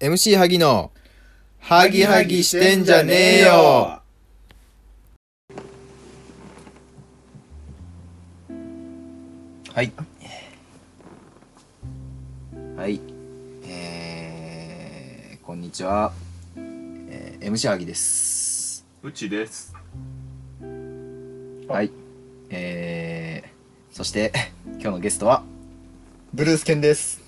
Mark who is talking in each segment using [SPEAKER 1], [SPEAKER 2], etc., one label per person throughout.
[SPEAKER 1] MC 萩のハギハギしてんじゃねえよ
[SPEAKER 2] はいはいえー、こんにちは、えー、MC 萩です
[SPEAKER 3] うちです。
[SPEAKER 2] はいえー、そして今日のゲストは
[SPEAKER 1] ブルースケンです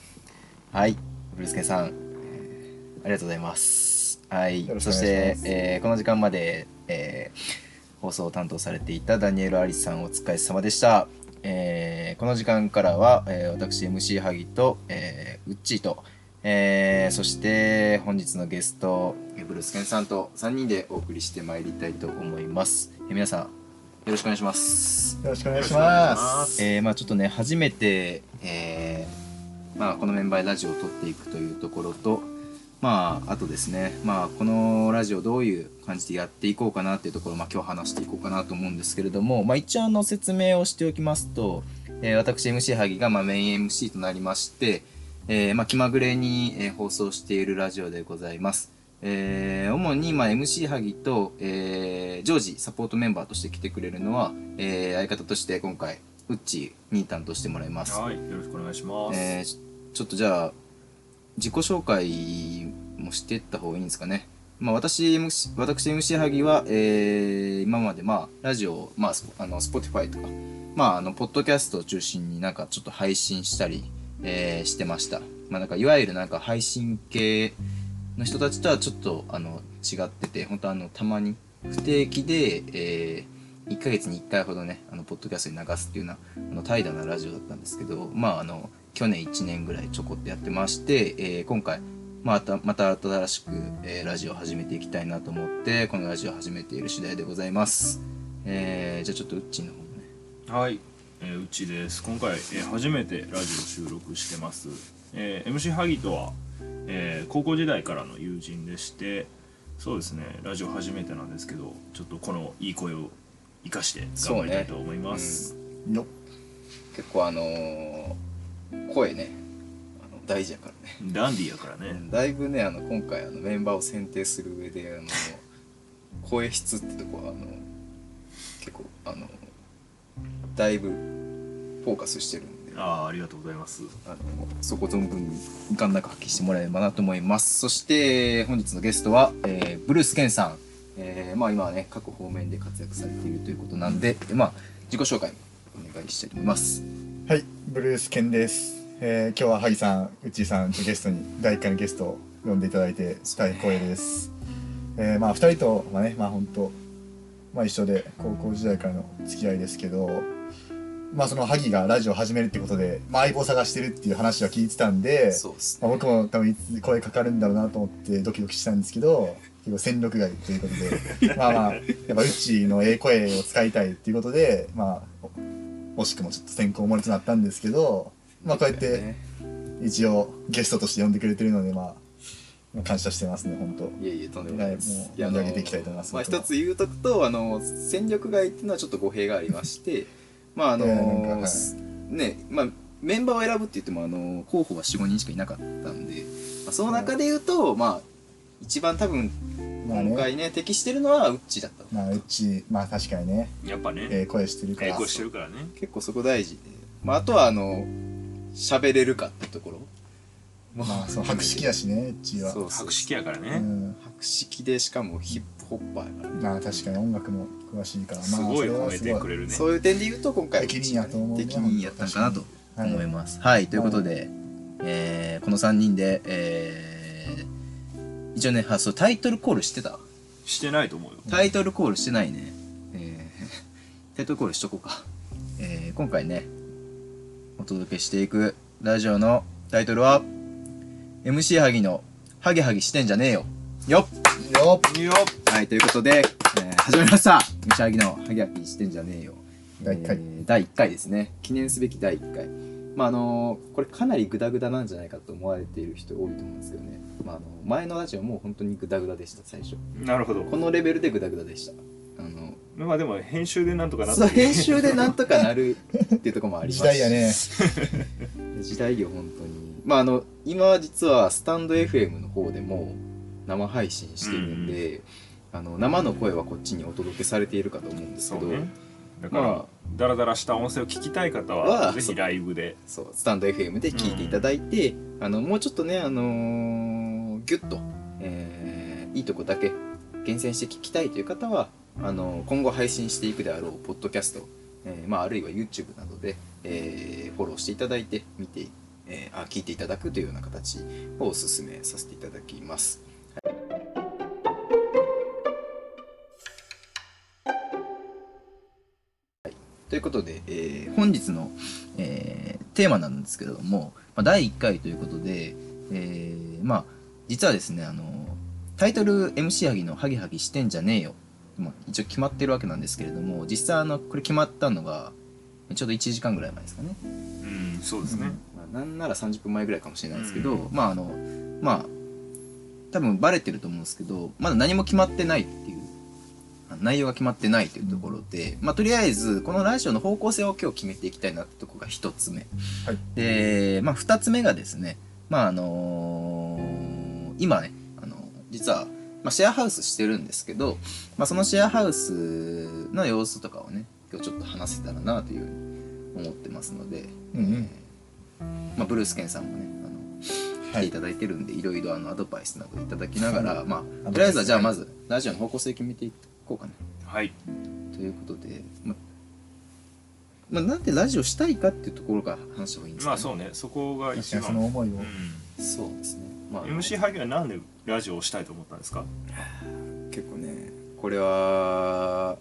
[SPEAKER 2] はいブルースケンさん、えーありがとうございますはい
[SPEAKER 1] よろしく
[SPEAKER 2] そ
[SPEAKER 1] お
[SPEAKER 2] し
[SPEAKER 1] 願い
[SPEAKER 2] て
[SPEAKER 1] します、
[SPEAKER 2] えーこの時間まで、えー放送を担当されていたダニエル・アリスさんお疲れ様でしたえーこの時間からは、えー私 MC 萩と、えーウッチーと、えーそして本日のゲストえーブルースケンさんと3人でお送りしてまいりたいと思います、えー皆さんよろしくお願いします
[SPEAKER 1] よろしくお
[SPEAKER 3] 願いします
[SPEAKER 2] えーまあちょっとね初めて、えーまあ、このメンバーでラジオを撮っていくというところとまああとですね、まあ、このラジオどういう感じでやっていこうかなっていうところを、まあ、今日話していこうかなと思うんですけれども、まあ、一応あの説明をしておきますと、えー私 MC 萩がまあメイン MC となりまして、えーまあ、気まぐれに、えー放送しているラジオでございます。えー主に、まあ、MC 萩と、えー常時サポートメンバーとして来てくれるのは、えー相方として今回ウッチーに担当してもらいます、
[SPEAKER 3] はい、よろしくお願いします。
[SPEAKER 2] えーちちょっとじゃあ自己紹介もしてった方がいいんですかね、まあ、私 MC 私 MC 萩は、えー今まで、まあ、ラジオ、まあ、スポあの Spotify とか、まあ、あのポッドキャストを中心になんかちょっと配信したり、えーしてました、まあ、なんかいわゆるなんか配信系の人たちとはちょっとあの違ってて本当あのたまに不定期で、え1ヶ月に1回ほどねあのポッドキャストに流すっていうようなあの怠惰なラジオだったんですけどまああの去年1年ぐらいちょこっとやってまして、えー今回またまた新しく、えーラジオを始めていきたいなと思ってこのラジオを始めている次第でございます、えーじゃあちょっとウッチーの方もね
[SPEAKER 3] はい、えーうちです。今回、えー初めてラジオ収録してます。えー MC 萩とは、えー高校時代からの友人でして、そうですね、ラジオ初めてなんですけど、ちょっとこのいい声を生かして頑張りたいと思います。
[SPEAKER 1] よ
[SPEAKER 2] 結構あのー声ねあの大事やからね
[SPEAKER 3] ダンディーやから
[SPEAKER 2] う
[SPEAKER 3] ね。
[SPEAKER 2] んだいぶねあの今回あのメンバーを選定する上であの声質ってとこはあの結構あのだいぶフォーカスしてるんであ
[SPEAKER 3] ああ、ありがとうございます。
[SPEAKER 2] のそこ存分にガンなく発揮してもらえればなと思いますそして本日のゲストは、えーブルース・ケンさん、えーまあ今はね各方面で活躍されているということなんで、えまあ自己紹介お願いしたいと思います
[SPEAKER 4] はい、ブルースケンです。えー、今日は萩さん、うっちーさんとゲストに第一回のゲストを呼んでいただいて大光栄です。えー、まあ二人とはね、まあ本当まあ一緒で高校時代からの付き合いですけど、まあその萩がラジオ始めるってことで、まあ相棒探してるっていう話は聞いてたんで、
[SPEAKER 2] そうです
[SPEAKER 4] まあ、僕も多分いつ声かかるんだろうなと思ってドキドキしたんですけど結構戦力外ということ でまあまあやっぱうちのええ声を使いたいっていうことでまあお惜しくもちょっと選考漏れとなったんですけどまあこうやって一応ゲストとして呼んでくれてるのでまあまあ感謝してますね本当
[SPEAKER 2] いえいえ、とんでもないです。
[SPEAKER 4] はいもう
[SPEAKER 2] やあの
[SPEAKER 4] 盛り上げていきたいと思います
[SPEAKER 2] まあ、
[SPEAKER 4] 僕も
[SPEAKER 2] 一つ言うとくと、あの、戦力外っていうのはちょっと語弊がありまして、 まあ、あの、
[SPEAKER 4] いやなんかはい
[SPEAKER 2] ね、まあ、メンバーを選ぶって言っても、あの、候補は4、5人しかいなかったんで、まあ、その中で言うと、まあ、一番多分、
[SPEAKER 4] まあ
[SPEAKER 2] 今
[SPEAKER 4] ね
[SPEAKER 2] 回ね、適してるのはウッチだった。
[SPEAKER 4] まあうちまあ確かにね
[SPEAKER 3] やっぱ
[SPEAKER 4] え
[SPEAKER 3] ね、
[SPEAKER 4] え声してるか
[SPEAKER 3] ええ
[SPEAKER 4] ら
[SPEAKER 3] 声してるからね。
[SPEAKER 2] 結構そこ大事で、まあ、あとは、あの、喋れるかってところ。も
[SPEAKER 4] まあ そう博識
[SPEAKER 2] や。
[SPEAKER 4] やしねうちは
[SPEAKER 2] そうそう
[SPEAKER 3] 白識やから
[SPEAKER 4] う
[SPEAKER 3] ね。
[SPEAKER 4] ん
[SPEAKER 2] 博識で、しかもヒップホッパーやからね。
[SPEAKER 4] まあ確かに音楽も詳しいからまあ
[SPEAKER 3] すごい
[SPEAKER 4] それ
[SPEAKER 3] 褒
[SPEAKER 4] は
[SPEAKER 3] め
[SPEAKER 4] す
[SPEAKER 3] て
[SPEAKER 4] ご
[SPEAKER 3] くれるね。
[SPEAKER 2] そういう点で言うと今回
[SPEAKER 4] 適任やと思うね
[SPEAKER 2] 適任やったんかなと
[SPEAKER 4] はい
[SPEAKER 2] 思います。はい、ということで、えーこの3人で、えー一応ねあそうタイトルコールしてた
[SPEAKER 3] してないと思うよ。
[SPEAKER 2] タイトルコールしてないね、えー タイトルコールしとこうか、えー今回ねお届けしていくラジオのタイトルは MC ハギの「ハゲハゲしてんじゃねえよ」よっ
[SPEAKER 4] よっ
[SPEAKER 3] よ
[SPEAKER 2] はい、ということで、えー始まりました。むしゃぎのハギハギしてんじゃねえよ。
[SPEAKER 4] 第一回
[SPEAKER 2] えー第1回ですね。記念すべき第1回。まあ、あのーこれかなりグダグダなんじゃないかと思われている人多いと思うんですけどね。まあ、あの前のラジオも本当にグダグダでした、最初。
[SPEAKER 3] なるほど。
[SPEAKER 2] このレベルでグダグダでした。あの、
[SPEAKER 3] まあでも編集でなんとかなっ
[SPEAKER 2] そう
[SPEAKER 3] たけど
[SPEAKER 2] 編 集でなんとかなるっていうところもあります
[SPEAKER 4] 時代やね
[SPEAKER 2] 時代よ、本当に。まああの今は実はスタンド FM の方でも生配信してるんで、あの生の声はこっちにお届けされているかと思うんです
[SPEAKER 3] そ
[SPEAKER 2] けど
[SPEAKER 3] うねだから、
[SPEAKER 2] まあ
[SPEAKER 3] ダラダラした音声を聞きたい方
[SPEAKER 2] は
[SPEAKER 3] はぜ
[SPEAKER 2] そう
[SPEAKER 3] ひライブで
[SPEAKER 2] そうスタンド FM で聞いていただいて、あのもうちょっとね、あのーギュッと、えーいいとこだけ厳選して聞きたいという方はあの今後配信していくであろうポッドキャスト、えーまあ、あるいは YouTube などで、えーフォローしていただいて見て、えーあ聞いていただくというような形をお勧めさせていただきます。はいということで、えー本日のえーテーマなんですけれども、まあ、第1回ということで、えーまあ実はですねあのタイトル MC ハギの「ハギハギしてんじゃねえよ」まあ、一応決まってるわけなんですけれども実際あのこれ決まったのがちょうど1時間ぐらい前ですかね、
[SPEAKER 3] うんそうですね、
[SPEAKER 2] まあ、なんなら30分前ぐらいかもしれないですけど、
[SPEAKER 3] う
[SPEAKER 2] まああのまあ多分バレてると思うんですけどまだ何も決まってないっていうあ内容が決まってないというところで、まあ、とりあえずこのラジオの方向性を今日決めていきたいなってとこが1つ目、
[SPEAKER 4] はい
[SPEAKER 2] で、まあ、2つ目がですねまああのー今ねあの実は、まあ、シェアハウスしてるんですけど、まあ、そのシェアハウスの様子とかをね今日ちょっと話せたらなというふうに思ってますので、
[SPEAKER 4] うんうん
[SPEAKER 2] まあ、ブルースケンさんもねあの来
[SPEAKER 4] は
[SPEAKER 2] て
[SPEAKER 4] い
[SPEAKER 2] いただいてるんで、いろいろあのアドバイスなどいただきながら、ま
[SPEAKER 4] ドバイ
[SPEAKER 2] あ、と
[SPEAKER 4] ス
[SPEAKER 2] りあえずはじゃあまずラジオの方向性決めていこうかな
[SPEAKER 3] はい
[SPEAKER 2] ということで、ままあ、なんでラジオしたいかっていうところから話した方がいいんですか、ね、
[SPEAKER 3] まあそうねそこが
[SPEAKER 4] 確
[SPEAKER 3] 一
[SPEAKER 4] かにその
[SPEAKER 3] 番、
[SPEAKER 4] 思いを、
[SPEAKER 3] うん、
[SPEAKER 2] うそうですね、まあ、
[SPEAKER 3] MC ハギはなんでラジオをしたいと思ったんですか
[SPEAKER 2] 結構ねこれは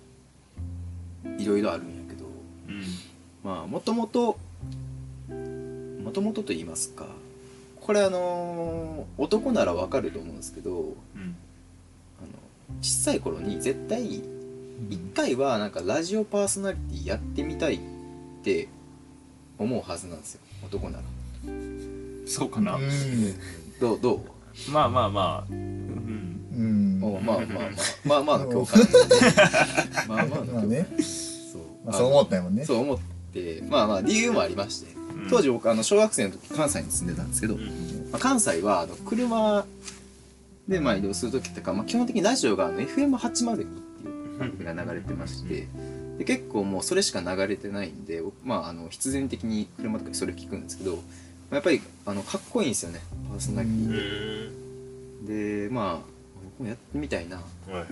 [SPEAKER 2] いろいろあるんやけど
[SPEAKER 3] うん
[SPEAKER 2] まあもともともともとと言いますかこれあのー男ならわかると思うんですけど
[SPEAKER 3] う
[SPEAKER 2] あ
[SPEAKER 3] ん
[SPEAKER 2] の小さい頃に絶対
[SPEAKER 4] うん
[SPEAKER 2] 一回はなんかラジオパーソナリティやってみたいって思うはずなんですよ男なら
[SPEAKER 3] そうかな、
[SPEAKER 2] どうどう
[SPEAKER 3] まあまあまあ、うん、
[SPEAKER 4] うん、
[SPEAKER 2] おまあまあまあまあまあの共感まあまあの
[SPEAKER 4] まあね、
[SPEAKER 2] そう
[SPEAKER 4] まあ、そう思ったよね
[SPEAKER 2] そう思ってまあまあ理由もありまして
[SPEAKER 3] うん
[SPEAKER 2] 当時僕あの小学生の時関西に住んでたんですけど、
[SPEAKER 3] う
[SPEAKER 2] ま
[SPEAKER 3] ん
[SPEAKER 2] あ、関西はあの車でまあ移動する時とか、まあ、基本的にラジオがあの FM802 っていう番組が流れてましてで結構もうそれしか流れてないんで、僕まあ、あの必然的に車とかでそれを聞くんですけど、まあ、やっぱりあのかっこいいんですよねパーソナリティ
[SPEAKER 3] う
[SPEAKER 2] っ
[SPEAKER 3] ん
[SPEAKER 2] て、でまあ僕もやってみたいなっ
[SPEAKER 3] はいはい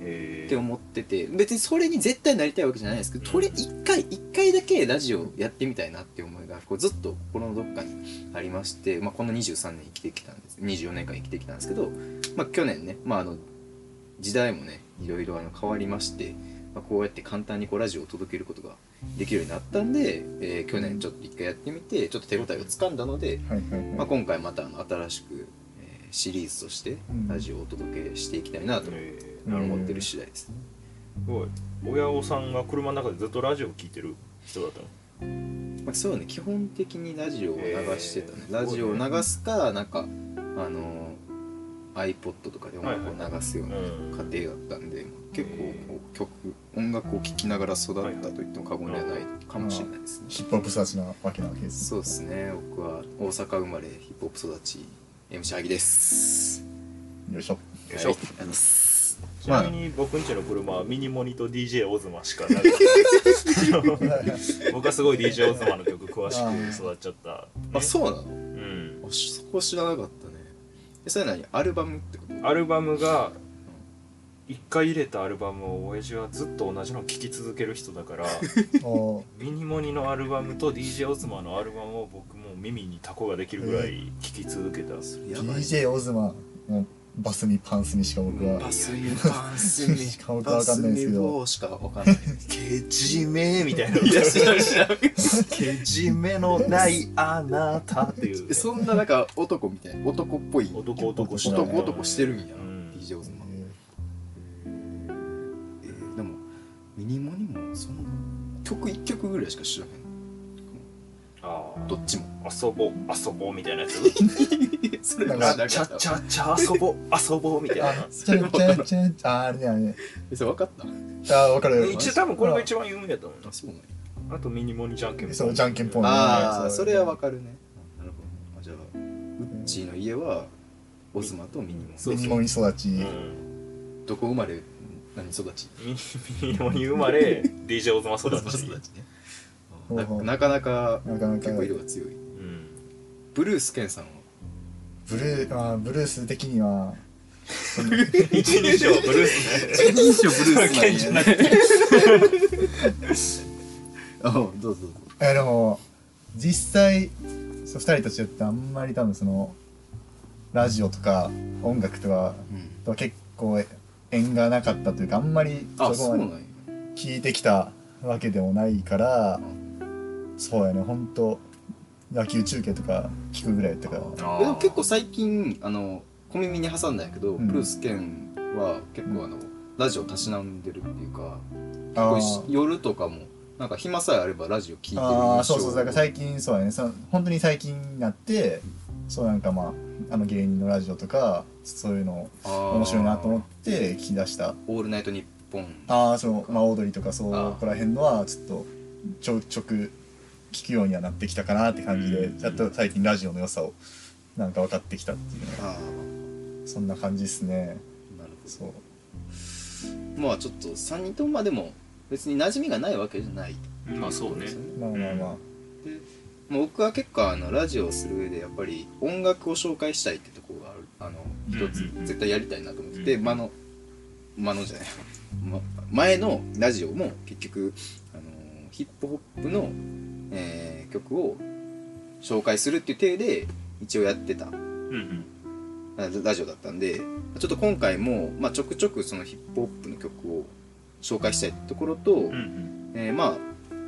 [SPEAKER 3] え
[SPEAKER 2] て
[SPEAKER 3] ー
[SPEAKER 2] 思ってて別にそれに絶対なりたいわけじゃないですけどとり一回一回だけラジオやってみたいなっていう思いがこうずっと心のどっかにありまして、まあ、この23年生きてきたんです24年間生きてきたんですけど、まあ、去年ね、まあ、あの時代もねいろいろあの変わりまして、まあ、こうやって簡単にこうラジオを届けることができるようになったんで、えー去年ちょっと一回やってみてちょっと手応えをつかんだので、
[SPEAKER 4] はいはいはい、
[SPEAKER 2] まあ、今回またあの新しく、えーシリーズとして
[SPEAKER 4] うん
[SPEAKER 2] ラジオをお届けしていきたいなと
[SPEAKER 3] えーなるほど
[SPEAKER 2] 思ってる次第ですね、
[SPEAKER 3] すごい親御さんが車の中でずっとラジオ聞いてる人だったの
[SPEAKER 2] まあ、そうね基本的にラジオを流してたね、
[SPEAKER 3] えー
[SPEAKER 2] ラジオを流すかなんかあの iPod とかで音楽を流すような
[SPEAKER 3] はいはい
[SPEAKER 2] 家庭だったんで、結構
[SPEAKER 3] えー
[SPEAKER 2] こう曲音楽を聴きながら育ったと言っても過言ではないかもしれないですね、
[SPEAKER 4] ヒップホップ育ちなわけなわけです
[SPEAKER 2] そうですね僕は大阪生まれヒップホップ育ち MC 萩です
[SPEAKER 4] よいしょ
[SPEAKER 3] よいしょ
[SPEAKER 2] はい、ありがとうございます
[SPEAKER 3] ちなみに僕んちの車はミニモニと DJ オズマしか なくて 僕はすごい DJ オズマの曲詳しく育っちゃった、
[SPEAKER 2] あそうなの
[SPEAKER 3] うん、
[SPEAKER 2] あそこ知らなかったねえそれ何アルバムってこと
[SPEAKER 3] アルバムが一回入れたアルバムを親父はずっと同じのを聴き続ける人だから
[SPEAKER 4] おー
[SPEAKER 3] ミニモニのアルバムと DJ オズマのアルバムを僕もう耳にタコができるぐらい聴き続けた、
[SPEAKER 2] やばい
[SPEAKER 4] DJ オズマのバスにパンスにしか僕は
[SPEAKER 2] バスにパンス に
[SPEAKER 4] しか僕はわかんないですけど
[SPEAKER 2] バスに棒しかわかんない
[SPEAKER 3] けじめみたいない
[SPEAKER 2] や知らん知らん
[SPEAKER 3] けじめのないあなたっていう、
[SPEAKER 2] そんななんか男みたいな男っぽい男
[SPEAKER 3] 男男し
[SPEAKER 4] 男
[SPEAKER 2] 男してるんや、
[SPEAKER 3] うん
[SPEAKER 2] DJ オズマ
[SPEAKER 4] え
[SPEAKER 2] えー、でもミニモにもそんな曲1曲ぐらいしか知らへん
[SPEAKER 3] あ
[SPEAKER 2] どっち も
[SPEAKER 3] ー遊ぼう遊ぼうみたいな やつ
[SPEAKER 2] それ
[SPEAKER 4] だから
[SPEAKER 2] は
[SPEAKER 3] ちゃ
[SPEAKER 2] なか
[SPEAKER 3] ち
[SPEAKER 2] った
[SPEAKER 3] ゃちゃ遊ぼう遊ぼうみたい
[SPEAKER 4] ー
[SPEAKER 3] な
[SPEAKER 4] あちゃんちゃんちゃんあーあれねあれね
[SPEAKER 2] えそれ分かった
[SPEAKER 4] あーわかる
[SPEAKER 3] 一応多分これが一番有名だと思うな
[SPEAKER 2] あそうなんや
[SPEAKER 3] あとミニモニじゃんけんぽん
[SPEAKER 4] そうじゃんけんぽん
[SPEAKER 2] ああ
[SPEAKER 4] そう
[SPEAKER 2] それは分かるねなるほどあじゃあちの家はオズマとミニモン
[SPEAKER 3] そう
[SPEAKER 4] ミニモン育ち、
[SPEAKER 3] うん
[SPEAKER 2] どこ生まれ何育ち
[SPEAKER 3] ミニモンに生まれ DJ オズマ
[SPEAKER 2] オズ
[SPEAKER 3] 育
[SPEAKER 2] マ
[SPEAKER 3] ち
[SPEAKER 2] 育ちね
[SPEAKER 4] ほう
[SPEAKER 2] な
[SPEAKER 4] ほう
[SPEAKER 2] なかなか
[SPEAKER 4] なかなか
[SPEAKER 2] 結構色
[SPEAKER 4] ブ
[SPEAKER 2] が強い
[SPEAKER 3] うん
[SPEAKER 2] ブルースケンさんは
[SPEAKER 4] ルーあーブルース的には
[SPEAKER 3] 一人称ブルースね
[SPEAKER 2] 一人称ブルース
[SPEAKER 3] ケンじゃなくて
[SPEAKER 2] あどうぞどうぞ
[SPEAKER 4] いやでも実際そう2人と違ってあんまり多分そのラジオとか音楽とか
[SPEAKER 2] うん
[SPEAKER 4] とは結構縁がなかったというかあんまりそ
[SPEAKER 2] あそ
[SPEAKER 4] こ
[SPEAKER 2] うなん
[SPEAKER 4] まで
[SPEAKER 2] や
[SPEAKER 4] 聞いてきたわけでもないからそうやねほんと野球中継とか聞くぐらいとか
[SPEAKER 3] あー
[SPEAKER 2] でも結構最近あの小耳に挟んだんやけど、
[SPEAKER 4] うん
[SPEAKER 2] ブルースケンは結構あの、ラジオたしなんでるっていうか
[SPEAKER 4] あ
[SPEAKER 2] 結構
[SPEAKER 4] ー
[SPEAKER 2] 夜とかもなんか暇さえあればラジオ聞いてる
[SPEAKER 4] あーそうそうだ
[SPEAKER 2] だ
[SPEAKER 4] から
[SPEAKER 2] 最
[SPEAKER 4] 最近そうやねその本当に最近になってそうなんかまああの芸人のラジオとかそういうの面白いなと思って聞き出した
[SPEAKER 2] オールナイトニッポン
[SPEAKER 4] ああそうまあオードリーとかそ
[SPEAKER 2] あー
[SPEAKER 4] こら辺のはちょっとちょちょく聞くようにはなってきたかなって感じで
[SPEAKER 3] うん
[SPEAKER 4] やっと最近ラジオの良さをなんか分かってきたっていうね
[SPEAKER 2] ああ
[SPEAKER 4] そんな感じですね
[SPEAKER 2] なるほ
[SPEAKER 4] そう
[SPEAKER 2] どまあちょっと3人ともまあでも別に馴染みがないわけじゃない
[SPEAKER 3] まあそうね
[SPEAKER 2] ですよね
[SPEAKER 4] まあまあまあ
[SPEAKER 2] もう僕は結構あのラジオをする上でやっぱり音楽を紹介したいってところがあるあの
[SPEAKER 3] うん
[SPEAKER 2] 一つ
[SPEAKER 3] うんうん
[SPEAKER 2] 絶対やりたいなと思ってて、
[SPEAKER 3] うんうん
[SPEAKER 2] 間の間のじゃない、ま、前のラジオも結局あのヒップホップの、えー曲を紹介するっていう体で一応やってた
[SPEAKER 3] うんうん
[SPEAKER 2] ララジオだったんでちょっと今回も、まあ、ちょくちょくそのヒップホップの曲を紹介したいってところと、
[SPEAKER 3] うんうん
[SPEAKER 2] えーまあ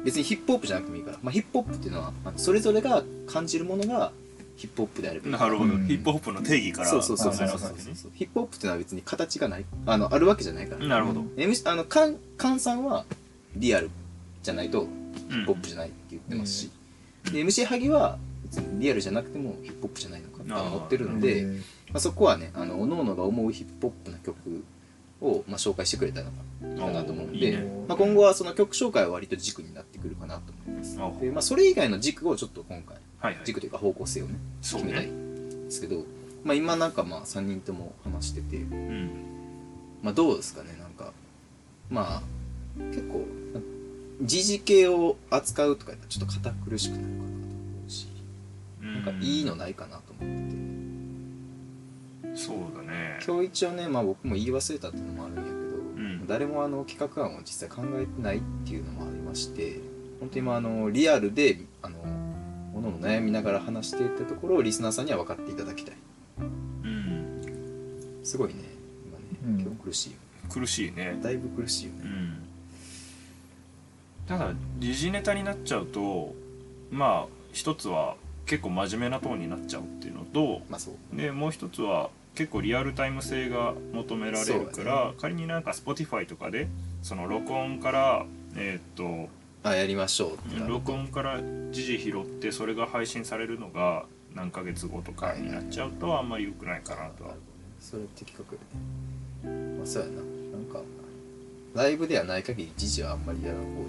[SPEAKER 2] 別にヒップホップじゃなくてもいいから、まあ、ヒップホップっていうのはあのそれぞれが感じるものがヒップホップであればいい
[SPEAKER 3] なるほど
[SPEAKER 4] うん
[SPEAKER 3] ヒップホップの定義から
[SPEAKER 2] そうそうそうそうそ
[SPEAKER 3] 考
[SPEAKER 2] うそう
[SPEAKER 3] え直すわけね
[SPEAKER 2] ヒップホップっていうのは別に形がないあのあるわけじゃないから、
[SPEAKER 3] なるほど
[SPEAKER 4] う
[SPEAKER 2] えむしあのカンカンさんはリアルじゃないと
[SPEAKER 3] ヒ
[SPEAKER 2] ヒップホップじゃないって言ってますし、で MC ハギは別にリアルじゃなくてもヒップホップじゃないのかって思ってるので、
[SPEAKER 4] えー
[SPEAKER 2] まあ、そこはねあの各々が思うヒップホップな曲を、まあ、紹介してくれたのかなと思うんで
[SPEAKER 3] いいね
[SPEAKER 2] まあ、今後はその曲紹介は割と軸になってくるかなと思います
[SPEAKER 3] あほ
[SPEAKER 2] で、まあ、それ以外の軸をちょっと今回
[SPEAKER 3] はいはい
[SPEAKER 2] 軸というか方向性をね
[SPEAKER 3] そう
[SPEAKER 2] 決めたい
[SPEAKER 3] ね
[SPEAKER 2] んですけど、まあ、今なんかまあ3人とも話してて、
[SPEAKER 3] うん
[SPEAKER 2] まあ、どうですかねなんかまあ結構時事系を扱うとかやったらちょっと堅苦しくなるかなと思うしなんかいいのないかなと思ってて。
[SPEAKER 3] そうだね
[SPEAKER 2] 今日一応ね、まあ、僕も言い忘れたっていうのもあるんやけど、
[SPEAKER 3] ん
[SPEAKER 2] 誰もあの企画案を実際考えてないっていうのもありまして本当に今あのリアルであのものも悩みながら話していったところをリスナーさんには分かっていただきたい
[SPEAKER 3] うん
[SPEAKER 2] すごいね今ね
[SPEAKER 4] うん
[SPEAKER 2] 今日苦しいよ、
[SPEAKER 3] 苦しいね
[SPEAKER 2] だいぶ苦しいよ
[SPEAKER 3] う
[SPEAKER 2] ね、
[SPEAKER 3] んただ時事ネタになっちゃうとまあ一つは結構真面目なトーンになっちゃうっていうのと
[SPEAKER 2] まあそう
[SPEAKER 3] でもう一つは結構リアルタイム性が求められる
[SPEAKER 2] そ
[SPEAKER 3] か
[SPEAKER 2] う
[SPEAKER 3] ら、
[SPEAKER 2] だ
[SPEAKER 3] 仮になんか Spotify とかでその録音からえーっ
[SPEAKER 2] あやりましょうってな
[SPEAKER 3] と
[SPEAKER 2] る
[SPEAKER 3] 録音から時事拾ってそれが配信されるのが何ヶ月後とかになっちゃうとあんまり良くないかなとは
[SPEAKER 2] なるほどねそれ的確よねまあそうやななんかライブではない限り時事はあんまりやらん方がいいかも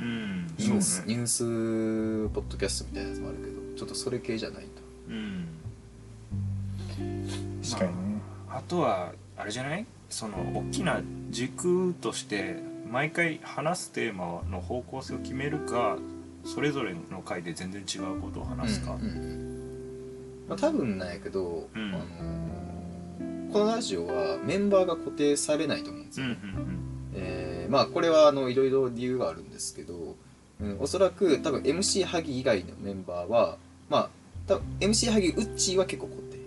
[SPEAKER 3] うん
[SPEAKER 2] ニュー
[SPEAKER 3] そ
[SPEAKER 2] ス、
[SPEAKER 3] う
[SPEAKER 2] ニ
[SPEAKER 3] ね
[SPEAKER 2] ュースポッドキャストみたいなやつもあるけどちょっとそれ系じゃないと
[SPEAKER 3] うん
[SPEAKER 4] 確かにね、
[SPEAKER 3] あとはあれじゃないその大きな軸として毎回話すテーマの方向性を決めるかそれぞれの回で全然違うことを話すか、
[SPEAKER 2] うんまあ、多分なんやけど、
[SPEAKER 3] うん
[SPEAKER 2] あのーこのラジオはメンバーが固定されないと思うんです
[SPEAKER 3] うん
[SPEAKER 2] よ、
[SPEAKER 3] うんうん
[SPEAKER 2] えーまあこれはあのいろいろ理由があるんですけど、うん、おそらく多分 MC ハギ以外のメンバーはまあ多分 MC ハギウッチーは結構固定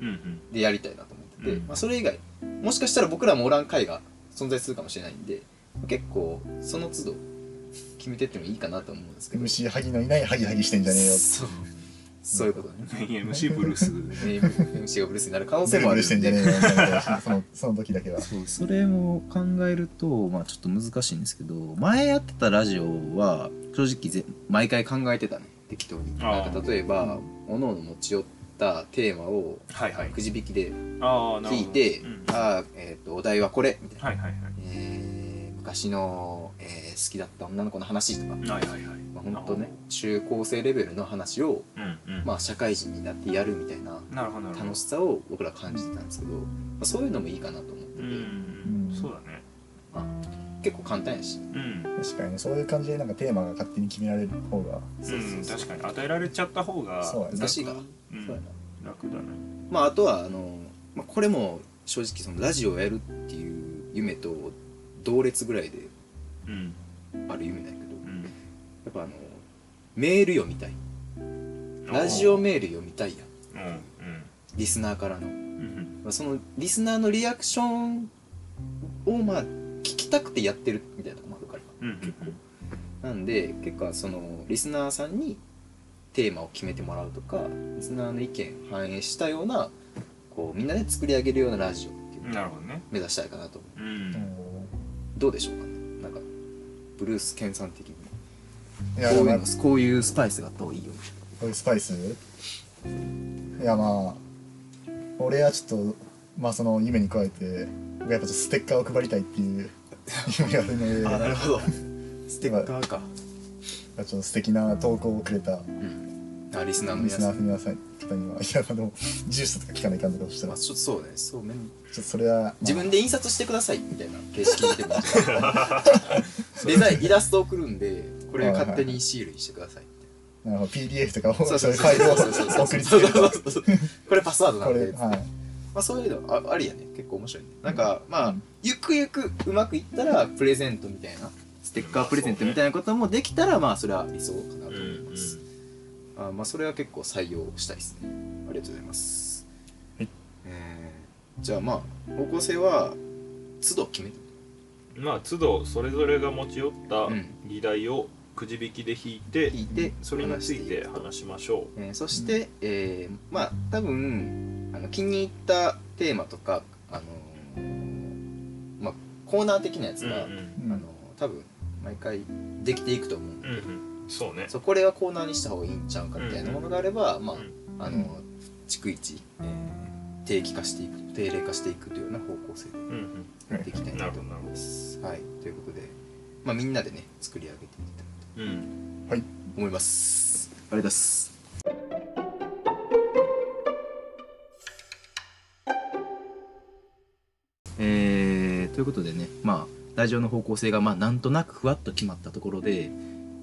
[SPEAKER 3] うんうん
[SPEAKER 2] でやりたいなと思ってて、
[SPEAKER 3] うん
[SPEAKER 2] まあ、それ以外もしかしたら僕らもおらん回が存在するかもしれないんで結構その都度決めてってもいいかなと思うんですけど
[SPEAKER 4] 虫ハギのいないハギハギしてんじゃねえよ
[SPEAKER 2] そうそういうこと ね
[SPEAKER 3] MC ブルース
[SPEAKER 2] ね MC がブルースになる可能性もあ
[SPEAKER 4] ブ
[SPEAKER 2] る
[SPEAKER 4] ルブルしてんじゃねえよみたいな話そのその時だけは
[SPEAKER 2] そうですそれも考えると、まあ、ちょっと難しいんですけど前やってたラジオは正直ぜ毎回考えてたね適当に
[SPEAKER 3] あー
[SPEAKER 2] なんか例えばおのおの持ち寄ったテーマを
[SPEAKER 3] はいはい
[SPEAKER 2] くじ引きで
[SPEAKER 3] ああなる
[SPEAKER 2] 聞
[SPEAKER 3] ほど
[SPEAKER 2] いて「
[SPEAKER 3] うん、
[SPEAKER 2] あーえー、とお題はこれ」みたいな、
[SPEAKER 3] はいはいはい
[SPEAKER 2] えー昔の、えー好きだった女の子の話とか、
[SPEAKER 3] はいはいはい。
[SPEAKER 2] まあ、本当ね中高生レベルの話を、
[SPEAKER 3] うんうん。
[SPEAKER 2] まあ、社会人になってやるみたいな
[SPEAKER 3] なるほどなるほど。
[SPEAKER 2] 楽しさを僕ら感じてたんですけど、まあ、そういうのもいいかなと思ってて、
[SPEAKER 3] うん
[SPEAKER 4] う
[SPEAKER 3] うんん。そうだね。
[SPEAKER 2] 結構簡単やし
[SPEAKER 3] うん。
[SPEAKER 4] 確かにねそういう感じでなんかテーマが勝手に決められる方が
[SPEAKER 3] うん、確かに与えられちゃった方が
[SPEAKER 4] そうやね
[SPEAKER 2] 難しいが、
[SPEAKER 3] う、
[SPEAKER 2] そうやなん
[SPEAKER 3] 楽だね
[SPEAKER 2] まあ、あとはあの、まあ、これも正直そのラジオをやるっていう夢と同列ぐらいで
[SPEAKER 3] うん
[SPEAKER 2] ある夢だけど
[SPEAKER 3] うん
[SPEAKER 2] やっぱあのメール読みたいラジオメール読みたいやん
[SPEAKER 3] うん
[SPEAKER 2] リスナーからの、
[SPEAKER 3] うんうん
[SPEAKER 2] まあ、そのリスナーのリアクションをまあ聞きたくてやってるみたいなとこもあるから
[SPEAKER 3] うん
[SPEAKER 2] 結構なんで結構そのリスナーさんにテーマを決めてもらうとかリスナーの意見を反映したようなこうみんなで作り上げるようなラジオっていうのを
[SPEAKER 3] なるほどね
[SPEAKER 2] 目指したいかなと思う
[SPEAKER 3] う
[SPEAKER 4] うんん
[SPEAKER 2] どうでしょうかねなんかブルース健さん的に
[SPEAKER 4] い
[SPEAKER 2] こ
[SPEAKER 4] や
[SPEAKER 2] うい
[SPEAKER 4] で
[SPEAKER 2] う
[SPEAKER 4] も
[SPEAKER 2] の
[SPEAKER 4] やっぱ
[SPEAKER 2] こういうスパイスがあった方がいいよ
[SPEAKER 4] こういうスパイスいやまあ俺はちょっとまあその夢に加えて僕やっぱちょっとステッカーを配りたいっていう夢があるので
[SPEAKER 2] るほどステ
[SPEAKER 4] テッ
[SPEAKER 2] ッカ
[SPEAKER 4] カ
[SPEAKER 2] ーか、
[SPEAKER 4] ちょっと素敵な投稿をくれた
[SPEAKER 2] うん、あリスナーの
[SPEAKER 4] リ
[SPEAKER 2] 皆
[SPEAKER 4] スナ
[SPEAKER 2] さ
[SPEAKER 4] ー
[SPEAKER 2] ん
[SPEAKER 4] の皆さん方にはいやあの住所とか聞かないかんとかした
[SPEAKER 2] ま
[SPEAKER 4] ら
[SPEAKER 2] あ、
[SPEAKER 4] ち
[SPEAKER 2] ちょ
[SPEAKER 4] ょ
[SPEAKER 2] っとそうねそうめん
[SPEAKER 4] っとそれは、まあ
[SPEAKER 2] 自分で印刷してくださいみたいな形式でも デザインイラスト送るんでこれ勝手にシールにしてください
[SPEAKER 4] なんか PDF とかを
[SPEAKER 2] そう
[SPEAKER 4] そ
[SPEAKER 2] そうう
[SPEAKER 4] いうフ
[SPEAKER 2] そう
[SPEAKER 4] ァイル
[SPEAKER 2] そうそうそ
[SPEAKER 4] を
[SPEAKER 2] う
[SPEAKER 4] 送りつけると
[SPEAKER 2] そうそうそうこれパスワードな
[SPEAKER 4] こ
[SPEAKER 2] ん
[SPEAKER 4] れ
[SPEAKER 2] で、ま
[SPEAKER 4] はい
[SPEAKER 2] あ、そういうのあありやね結構面白いねなんかま
[SPEAKER 4] う
[SPEAKER 2] あ
[SPEAKER 4] ん
[SPEAKER 2] ゆくゆくうまくいったらプレゼントみたいなステッカープレゼントみたいなこともできたらまあそれは理想かなと思います、あまあそれは結構採用したいですねありがとうございます、
[SPEAKER 4] はい
[SPEAKER 2] えーじゃあまあ方向性は都度決めて
[SPEAKER 3] まあ都度それぞれが持ち寄った
[SPEAKER 2] うん
[SPEAKER 3] 議題をくじ引きで引いて
[SPEAKER 2] 聞いて
[SPEAKER 3] それについ
[SPEAKER 2] 話してい
[SPEAKER 3] て
[SPEAKER 2] くと
[SPEAKER 3] 話しましょ
[SPEAKER 2] えーそして、えーまあ多分あの気に入ったテーマとか、あのーまあ、コーナー的なや
[SPEAKER 3] う
[SPEAKER 2] つ
[SPEAKER 3] うんう
[SPEAKER 2] が、
[SPEAKER 3] ん
[SPEAKER 2] あのー多分毎回できていくと思うん
[SPEAKER 3] う
[SPEAKER 2] で、
[SPEAKER 3] んそうね
[SPEAKER 2] そうこれはコーナーにした方がいいんちゃうかみたいなものがあれば、まああのー逐一、えー定期化していく定例化していくというような方向性で
[SPEAKER 3] うんうん
[SPEAKER 2] やっていきたいなと
[SPEAKER 3] なるほどな
[SPEAKER 2] 思い
[SPEAKER 3] るほど
[SPEAKER 2] ます。はい、ということで、まあ、みんなでね作り上げていきたいと
[SPEAKER 3] うん
[SPEAKER 2] 思います。ありがとうございますえーということでね、まあ、ラジオの方向性が、まあ、なんとなくふわっと決まったところで、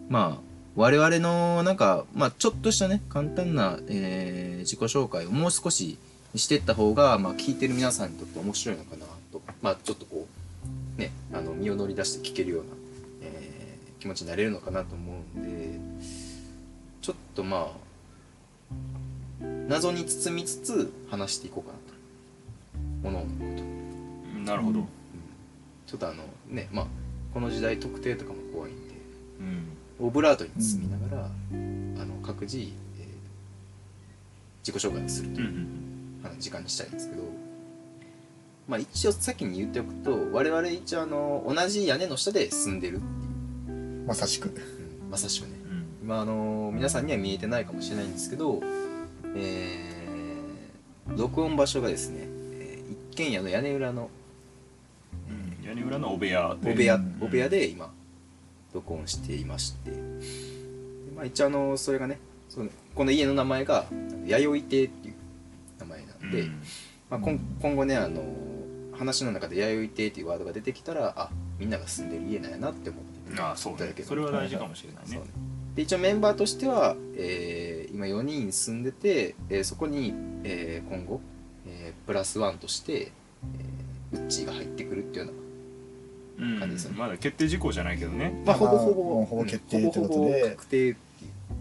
[SPEAKER 2] まあ、我々の、なんか、まあ、ちょっとしたね、簡単な、えー自己紹介をもう少ししてった方が、まあ、聞いてる皆さんにとって面白いのかなと、まあ、ちょっとこう、ね、あの、身を乗り出して聞けるような、えー気持ちになれるのかなと思うんで、ちょっとまあ、謎に包みつつ話していこうかなと。もののこと。
[SPEAKER 3] なるほど
[SPEAKER 2] ちょっとあのねまあこの時代特定とかも怖いんで
[SPEAKER 3] うん
[SPEAKER 2] オブラートに包みながら、あの各自、えー自己紹介をすると
[SPEAKER 3] う
[SPEAKER 2] いうんあの時間にしたいんですけど、まあ、一応先に言っておくと我々一応あの同じ屋根の下で住んでるって
[SPEAKER 4] まさしく
[SPEAKER 2] いう、うんまさしくね
[SPEAKER 3] うんうん
[SPEAKER 2] 今あの皆さんには見えてないかもしれないんですけど、えー録音場所がですね、えー一軒家の屋根裏の
[SPEAKER 3] うん屋根裏のお部屋
[SPEAKER 2] お
[SPEAKER 3] で
[SPEAKER 2] 部屋、
[SPEAKER 4] うん
[SPEAKER 2] お部屋で今録音していまして、でまあ、一応あのそれがねそのこの家の名前が弥生亭っていう名前なんで、
[SPEAKER 3] うん
[SPEAKER 2] まあ、今今後ねあの話の中で弥生亭っていうワードが出てきたらあみんなが住んでる家なんやなって思ってて
[SPEAKER 3] ああそう
[SPEAKER 2] いただ
[SPEAKER 3] ね
[SPEAKER 2] ける
[SPEAKER 3] それは大事かもしれない
[SPEAKER 2] そう
[SPEAKER 3] ね
[SPEAKER 2] ねで一応メンバーとしては、えー今4人住んでて、えーそこに、えー今後、えープラスワンとして、えーウッチーが入ってくるっていうような
[SPEAKER 3] うん
[SPEAKER 2] 感じですよね
[SPEAKER 3] まだ決定事項じゃないけどね
[SPEAKER 2] まあ、ほぼほ
[SPEAKER 4] も
[SPEAKER 2] ぼ
[SPEAKER 4] うほぼ決定ってことで
[SPEAKER 2] ほぼほぼ確定っていう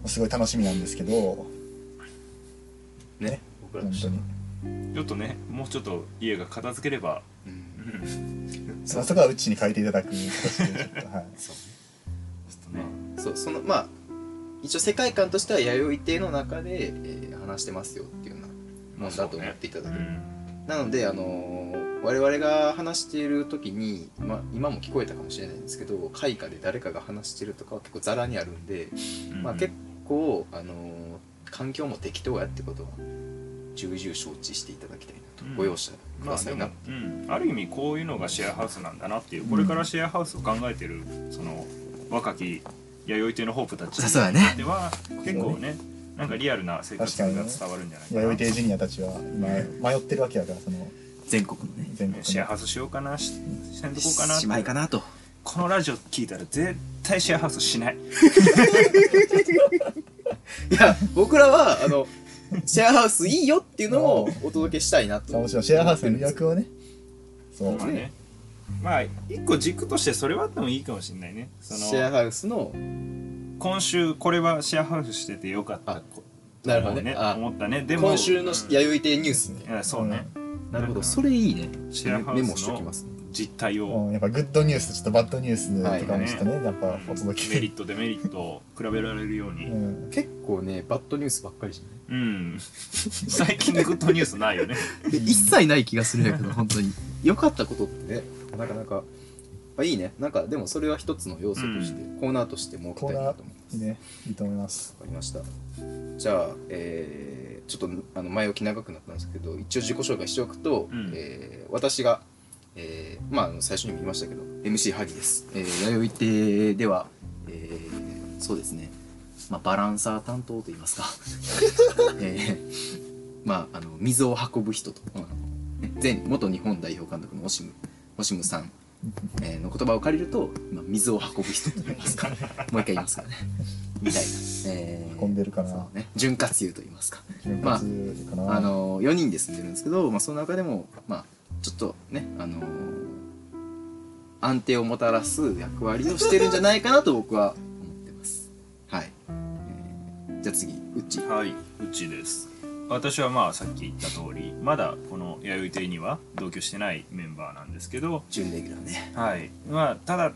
[SPEAKER 4] すごい楽しみなんですけど
[SPEAKER 2] ね僕ら
[SPEAKER 4] 本
[SPEAKER 2] として
[SPEAKER 4] 当
[SPEAKER 2] は
[SPEAKER 4] に、
[SPEAKER 3] ちょっとねもうちょっと家が片付ければ
[SPEAKER 2] う
[SPEAKER 3] うんん
[SPEAKER 4] そそこはうちに変えていただく形でちょっとはい
[SPEAKER 2] そう
[SPEAKER 3] ちょっとね
[SPEAKER 2] そうそのまあ一応世界観としては弥生亭の中で、えー話してますよっていうようなもんだと思っていただける、なのであのー我々が話している時に、まあ、今も聞こえたかもしれないんですけど開花で誰かが話してるとかは結構ざらにあるんで、まあ、結構、あのー環境も適当やってことは重々承知していただきたいなととご容赦く
[SPEAKER 3] ま
[SPEAKER 2] だ
[SPEAKER 3] あ
[SPEAKER 2] さ
[SPEAKER 3] で
[SPEAKER 2] いな、
[SPEAKER 3] も、うん、ある意味こういうのがシェアハウスなんだなっていうこれからシェアハウスを考えてるその若き弥生亭のホープたち
[SPEAKER 2] そうだね
[SPEAKER 3] では結構ねなんかリアルな生活が伝わるんじゃないかな
[SPEAKER 4] 弥生亭ジュニアたちは今迷ってるわけやからその
[SPEAKER 2] 全国のね
[SPEAKER 4] 全国
[SPEAKER 3] シェア
[SPEAKER 4] の
[SPEAKER 3] ハウスしようかなししないとこうかな
[SPEAKER 2] 姉妹かなと
[SPEAKER 3] このラジオ聞いたら絶対シェアハウスしない
[SPEAKER 2] いや僕らはあのシェアハウスいいよっていうのをお届けしたいなと
[SPEAKER 4] もちろんシェアハウスの魅力をねそう
[SPEAKER 3] まあねまあ一個軸としてそれはあってもいいかもしれないねそ
[SPEAKER 2] シェア
[SPEAKER 3] の
[SPEAKER 2] ハウスの
[SPEAKER 3] 今週これはシェアハウスしててよかった
[SPEAKER 2] あ
[SPEAKER 3] こ
[SPEAKER 2] なるほどね
[SPEAKER 3] 思う
[SPEAKER 2] あ
[SPEAKER 3] 思ったねでも
[SPEAKER 2] 今週の
[SPEAKER 3] や
[SPEAKER 2] 弥生亭ニュースね、
[SPEAKER 3] そうね
[SPEAKER 2] なるほどそれいいね
[SPEAKER 3] シェアハウス
[SPEAKER 2] メ
[SPEAKER 3] の
[SPEAKER 2] モしときますね
[SPEAKER 3] 実態を
[SPEAKER 4] うんやっぱグッドニュースとちょっとバッドニュースとかもちょっとね、やっぱお届
[SPEAKER 3] メ
[SPEAKER 4] け
[SPEAKER 3] リットデメリットを比べられるよう
[SPEAKER 4] う
[SPEAKER 3] に
[SPEAKER 4] ん、
[SPEAKER 2] 結構ねバッドニュースばっかりじゃ
[SPEAKER 3] うん最近グッドニュースな いよね
[SPEAKER 2] ない一切ない気がするんやけど本当 に良かったことってねなかなかまあいいねなんかでもそれは一つの要素として、コーナーとして設けたいなと思います
[SPEAKER 4] ねいいと思います
[SPEAKER 2] わかりましたじゃあ、えーちょっとあの前置き長くなったんですけど一応自己紹介しておくと、
[SPEAKER 3] うん
[SPEAKER 2] えー私が、えーまああの最初にも言いましたけど MC 萩です、えー、弥生亭では、えーそうですね、まあ、バランサー担当といいます か、えーまああの水を運ぶ人と、あのね前元日本代表監督のオシムオシムさんえーの言葉を借りると、まあ、水を運ぶ人と言います かもう一回言いますかねみたいな、えー
[SPEAKER 4] 運んでるかな
[SPEAKER 2] そうね、潤滑油と言いますか、
[SPEAKER 4] 潤
[SPEAKER 2] ま
[SPEAKER 4] 滑
[SPEAKER 2] あ
[SPEAKER 4] かな、
[SPEAKER 2] あの4人で住んでるんですけど、まあ、その中でも、まあ、ちょっとね、あのー安定をもたらす役割をしてるんじゃないかなと僕は思ってますはい、えーじゃあ次うっちー
[SPEAKER 3] はい、うちです。私はまあさっき言った通り、まだこの弥生亭には同居してないメンバーなんですけど、
[SPEAKER 2] 準レギュラーね
[SPEAKER 3] はい。まあただ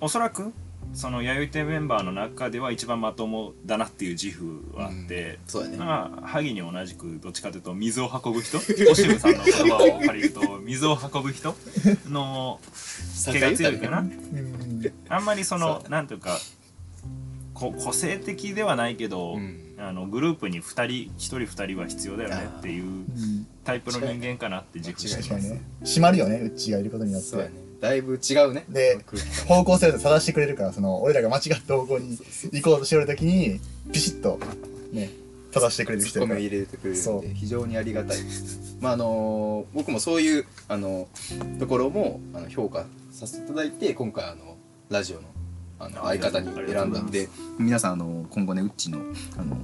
[SPEAKER 3] おそらくその弥生亭メンバーの中では一番まともだなっていう自負はあって、
[SPEAKER 2] そうだね
[SPEAKER 3] まあ萩に同じくどっちかというと水を運ぶ人、オシムさんの言葉を借りると水を運ぶ人の手が強いかな。
[SPEAKER 4] うん
[SPEAKER 3] あんまりその
[SPEAKER 2] そう
[SPEAKER 3] なんていうかこ個性的ではないけど、
[SPEAKER 2] うん
[SPEAKER 3] あのグループに2人1人2人は必要だよねっていう
[SPEAKER 4] うん
[SPEAKER 3] タイプの人間かなって自負して
[SPEAKER 4] 確かにね閉まるよねうっちがいることによって
[SPEAKER 2] そうやねだいぶ違うね
[SPEAKER 4] で
[SPEAKER 2] 空気感
[SPEAKER 4] 方向性を正してくれるからその俺らが間違った方向に行こうとしてる時にピシッとね正してくれる
[SPEAKER 2] ツ
[SPEAKER 4] 人
[SPEAKER 2] ッコ
[SPEAKER 4] や
[SPEAKER 2] ミ
[SPEAKER 4] か
[SPEAKER 2] を
[SPEAKER 4] ら
[SPEAKER 2] 入れてくれるの
[SPEAKER 4] そ
[SPEAKER 2] で非常にありがたいですまああの僕もそういう、あのところもあの評価させていただいて今回あのラジオのあの
[SPEAKER 3] あ
[SPEAKER 2] 相方に選んだん
[SPEAKER 3] あり
[SPEAKER 2] で皆さん、あの今後ねうっちの、あの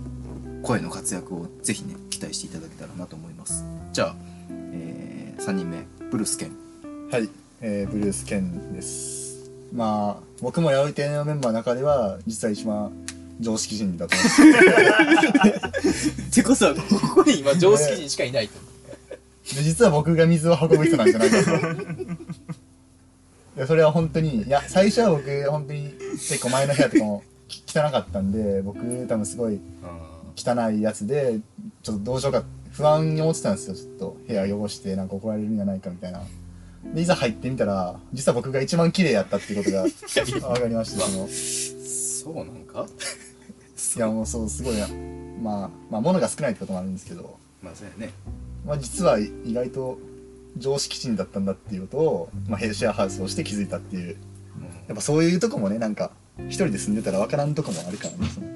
[SPEAKER 2] 声の活躍をぜひね期待していただけたらなと思いますじゃあ、え3人目ブルースケン
[SPEAKER 4] はい、えーブルース・ケンですまあ僕も八百亭のメンバーの中では実は一番常識人だと思う
[SPEAKER 2] ってことはここに今常識人しかいないと、
[SPEAKER 4] で実は僕が水を運ぶ人なんじゃないかといやそれは本当にいや最初は僕本当に結構前の部屋とかもき汚かったんで僕多分すごい汚いやつでちょっとどうしようか不安に思ってたんですよちょっと部屋汚してなんか怒られるんじゃないかみたいなでいざ入ってみたら実は僕が一番綺麗やったっていうことが分かりましたそのい
[SPEAKER 2] そうなんか
[SPEAKER 4] やもうそうすごいなまあまあ物が少ないってこともあるんですけど、
[SPEAKER 2] まあそうやね
[SPEAKER 4] まあ、実は意外と常識人だったんだっていうことを、まあ、ヘルシェアハウスをして気づいたっていうやっぱそういうとこもねなんか一人で住んでたら分からんとこもあるからねその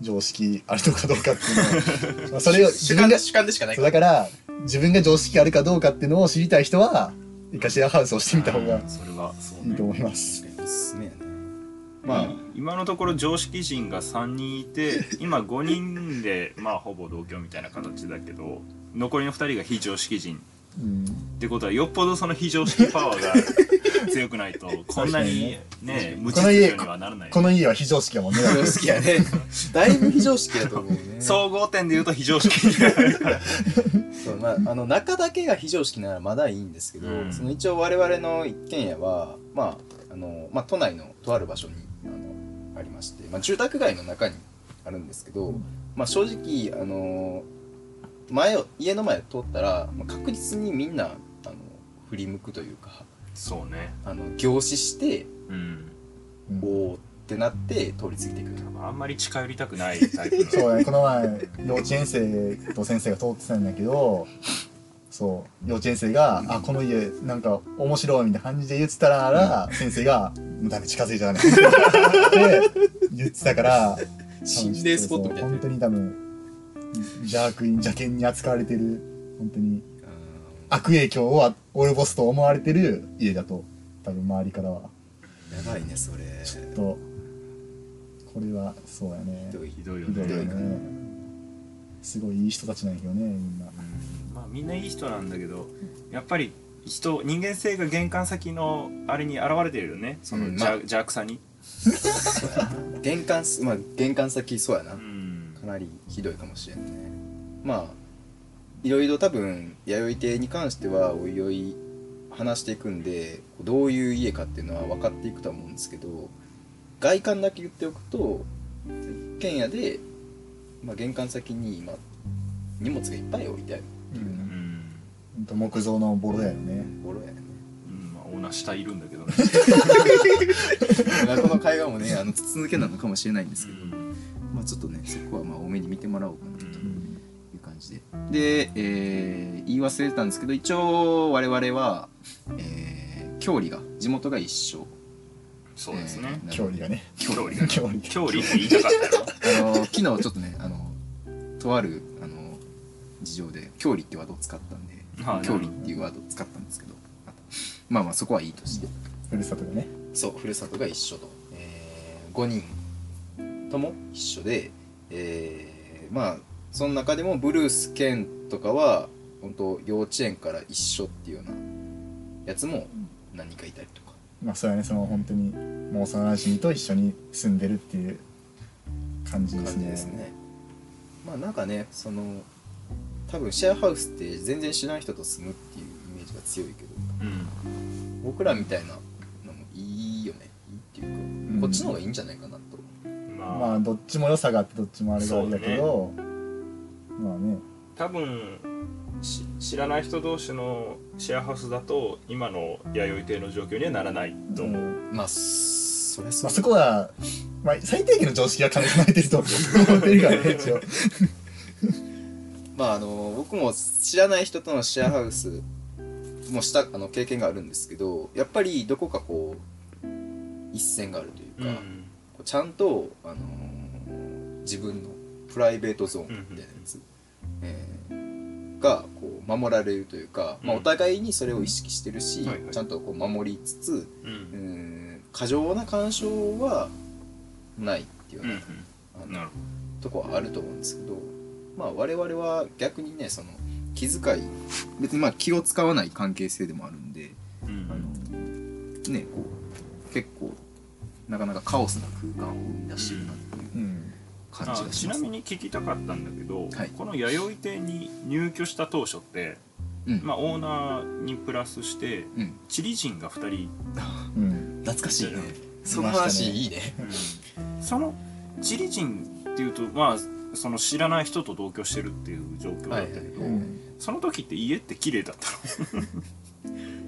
[SPEAKER 4] 常識あるのかどうかってい うのはまあそれを
[SPEAKER 2] 主
[SPEAKER 4] 自分
[SPEAKER 2] 観
[SPEAKER 4] が
[SPEAKER 2] 主観でしかない
[SPEAKER 4] そ
[SPEAKER 2] か
[SPEAKER 4] う
[SPEAKER 2] ら
[SPEAKER 4] だから自分が常識あるかどうかっていうのを知りたい人は一回シェアハウスをしてみた方が
[SPEAKER 3] それはそう
[SPEAKER 4] いい
[SPEAKER 3] ね
[SPEAKER 4] と思います。
[SPEAKER 2] おすすめやね
[SPEAKER 3] ま
[SPEAKER 2] ま
[SPEAKER 3] あ
[SPEAKER 2] あ
[SPEAKER 3] 今のところ常識人が3人いて今5人でまあほぼ同居みたいな形だけど残りの2人が非常識人
[SPEAKER 4] うん、
[SPEAKER 3] ってことはよっぽどその非常識パワーが強くないとこんなにね無
[SPEAKER 4] こ
[SPEAKER 3] 秩
[SPEAKER 4] の
[SPEAKER 3] 序
[SPEAKER 4] 家
[SPEAKER 3] にはならない
[SPEAKER 4] この家は非常識やもんね。
[SPEAKER 2] 非常識やね。だいぶ非常識だと思う ね。
[SPEAKER 3] 総合点で言うと非常識
[SPEAKER 2] そうまあ、あの中だけが非常識ならまだいいんですけど、
[SPEAKER 3] うん
[SPEAKER 2] その一応我々の一軒家は、まああのまあ、都内のとある場所にあのありまして、まあ、住宅街の中にあるんですけど、まあ、正直あの前を家の前を通ったら、まあ、確実にみんなあの振り向くというか
[SPEAKER 3] そうね
[SPEAKER 2] あの凝視して
[SPEAKER 3] うん
[SPEAKER 4] うん
[SPEAKER 2] おーってなって通り過ぎていくる。
[SPEAKER 3] あんまり近寄りた くないタイプの
[SPEAKER 4] そうだねこの前幼稚園生と先生が通ってたんだけどそう幼稚園生が「あこの家なんか面白い」みたいな感じで言ってたら、先生が「もうダメ近づいちゃダ メ」って言ってたから
[SPEAKER 2] 心霊スポットみたい
[SPEAKER 4] そ
[SPEAKER 2] な
[SPEAKER 4] う本当に多分邪悪に邪剣に扱われてる本当に悪影響を及ぼすと思われてる家だと多分周りからは
[SPEAKER 2] やばいねそれ
[SPEAKER 4] とこれはそうやね
[SPEAKER 2] ひどい
[SPEAKER 3] ひどいよ
[SPEAKER 4] ひどいよ
[SPEAKER 3] ね
[SPEAKER 4] ねすごいいい人たちなんやけどねみんな
[SPEAKER 3] まあみんないい人なんだけどやっぱり人人間性が玄関先のあれに現れてるよねそ
[SPEAKER 2] うん
[SPEAKER 3] の邪
[SPEAKER 2] まあ
[SPEAKER 3] 邪悪さに
[SPEAKER 2] 玄関すまあ玄関先そうやな、
[SPEAKER 3] うん
[SPEAKER 2] かなりひどいかもしれんねまあいろいろ多分弥生邸に関してはおいおい話していくんでどういう家かっていうのは分かっていくとは思うんですけど外観だけ言っておくと一軒家で、まあ、玄関先に今荷物がいっぱい置いてある
[SPEAKER 4] う
[SPEAKER 3] うんん、
[SPEAKER 4] ほんと木造のボロやよね
[SPEAKER 2] ところやね
[SPEAKER 3] うんまあ、オーナー下いるんだけどね、
[SPEAKER 2] まあこの会話もねあの筒抜けなのかもしれないんです
[SPEAKER 3] う
[SPEAKER 2] けど、
[SPEAKER 3] ん
[SPEAKER 2] まあ、ちょっとねそこはまあ多めに見てもらおうかなと。
[SPEAKER 3] うん
[SPEAKER 2] いう感じで。で、えー言い忘れてたんですけど、一応我々は、えー、郷里が、地元が一緒。
[SPEAKER 3] そうですね、
[SPEAKER 2] えー
[SPEAKER 4] 距離がね
[SPEAKER 3] 距離が
[SPEAKER 4] 距離
[SPEAKER 3] 距離って言いたかったよ
[SPEAKER 2] あの昨日ちょっとね、あの、とあるあの事情で、郷里ってワードを使ったんで、
[SPEAKER 3] はい
[SPEAKER 2] 郷里っていうワードを使ったんですけど、まあまあそこはいいとして。
[SPEAKER 4] ふるさとがね
[SPEAKER 2] そう、ふるさとが一緒と。えー、5人とも一緒で、えー、まあ、その中でもブルース・ケンとかは、本当幼稚園から一緒っていうようなやつも何人かいたりとか。
[SPEAKER 4] まあそれはねその本当にもう幼馴染と一緒に住んでるっていう感じで
[SPEAKER 2] 感
[SPEAKER 4] す
[SPEAKER 2] じ
[SPEAKER 4] ね
[SPEAKER 2] ですね。まあなんかね、その、多分シェアハウスって全然知らない人と住むっていうイメージが強いけど、
[SPEAKER 3] うん
[SPEAKER 2] 僕らみたいなのもいいよね。いいっていうか、
[SPEAKER 4] うん
[SPEAKER 2] こっちの方がいいんじゃないかなと。
[SPEAKER 3] ま
[SPEAKER 4] ま
[SPEAKER 3] あ
[SPEAKER 4] あどっちも良さがあってどっちもあれがあれだけどまあね
[SPEAKER 3] 多分し知らない人同士のシェアハウスだと今の弥生亭の状況にはならないと
[SPEAKER 4] う
[SPEAKER 3] 思う、
[SPEAKER 4] ん
[SPEAKER 2] まあ、そりゃそ
[SPEAKER 4] まあ、
[SPEAKER 2] う
[SPEAKER 4] そこは、まあ、最低限の常識は兼ね備えてると思ってるからね 一応
[SPEAKER 2] まああの僕も知らない人とのシェアハウスもしたあの経験があるんですけどやっぱりどこかこう一線があるというか、
[SPEAKER 3] う
[SPEAKER 2] こ
[SPEAKER 3] ん
[SPEAKER 2] うちゃんと、あのー自分のプライベートゾーンみたいなやつ、えーがこう守られるというか、まあ、
[SPEAKER 3] う
[SPEAKER 2] お
[SPEAKER 3] ん
[SPEAKER 2] 互いにそれを意識してるし、
[SPEAKER 3] はいはい
[SPEAKER 2] ちゃんとこう守りつつ、
[SPEAKER 3] うんう
[SPEAKER 2] うんん、過剰な干渉はないっていうような、
[SPEAKER 3] うん
[SPEAKER 2] あの
[SPEAKER 3] なるほ
[SPEAKER 2] とこはあると思うんですけど、まあ、我々は逆にねその気遣い別にまあ気を使わない関係性でもあるんで、
[SPEAKER 3] ど、うん
[SPEAKER 2] あのねこう結構なかなかカオスな空間を生み出してるなっていう
[SPEAKER 4] うん
[SPEAKER 2] 感じ
[SPEAKER 3] あ
[SPEAKER 2] がし
[SPEAKER 3] ち
[SPEAKER 2] ま
[SPEAKER 3] な
[SPEAKER 2] す、
[SPEAKER 3] みに聞きたかったんだけど、
[SPEAKER 2] はい
[SPEAKER 3] この弥生亭に入居した当初って、
[SPEAKER 2] うん
[SPEAKER 3] まあ、オーナーにプラスして
[SPEAKER 2] うん、
[SPEAKER 3] チリ人が2人、
[SPEAKER 4] うん
[SPEAKER 2] 懐かしいね
[SPEAKER 3] うん
[SPEAKER 2] その話いいね
[SPEAKER 3] そのチリ人っていうとまあその知らない人と同居してるっていう状況だったけど、
[SPEAKER 2] はいはい
[SPEAKER 4] うん
[SPEAKER 3] その時って家って綺麗だったの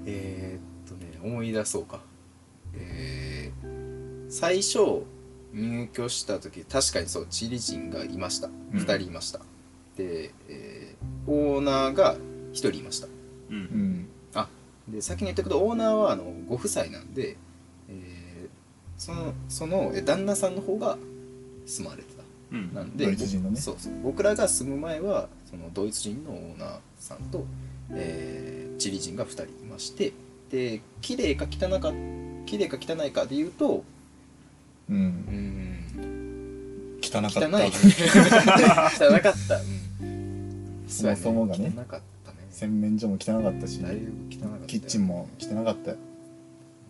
[SPEAKER 2] えー、っとね思い出そうかえー、最初入居した時確かにそうチリ人がいました
[SPEAKER 3] ん
[SPEAKER 2] 2人いました、で、えーオーナーが1人いました
[SPEAKER 3] う
[SPEAKER 4] うんん
[SPEAKER 2] で先に言ったけどオーナーはあのご夫妻なんで、えーそのそのえ旦那さんの方が住まわれてた
[SPEAKER 3] うん
[SPEAKER 2] なんで
[SPEAKER 4] ドイツ人のね
[SPEAKER 2] そうそう僕らが住む前はそのドイツ人のオーナーさんと、えーチリ人が2人いましてで綺麗か汚か綺麗か汚いかで言うと
[SPEAKER 4] う
[SPEAKER 2] うんん
[SPEAKER 4] 汚かった
[SPEAKER 2] 汚い汚かった、うん、
[SPEAKER 4] そもそもがね
[SPEAKER 2] そうや汚かったね
[SPEAKER 4] 洗面所も汚かったし
[SPEAKER 2] だいぶ汚かったよ
[SPEAKER 4] キッチンも汚かったよ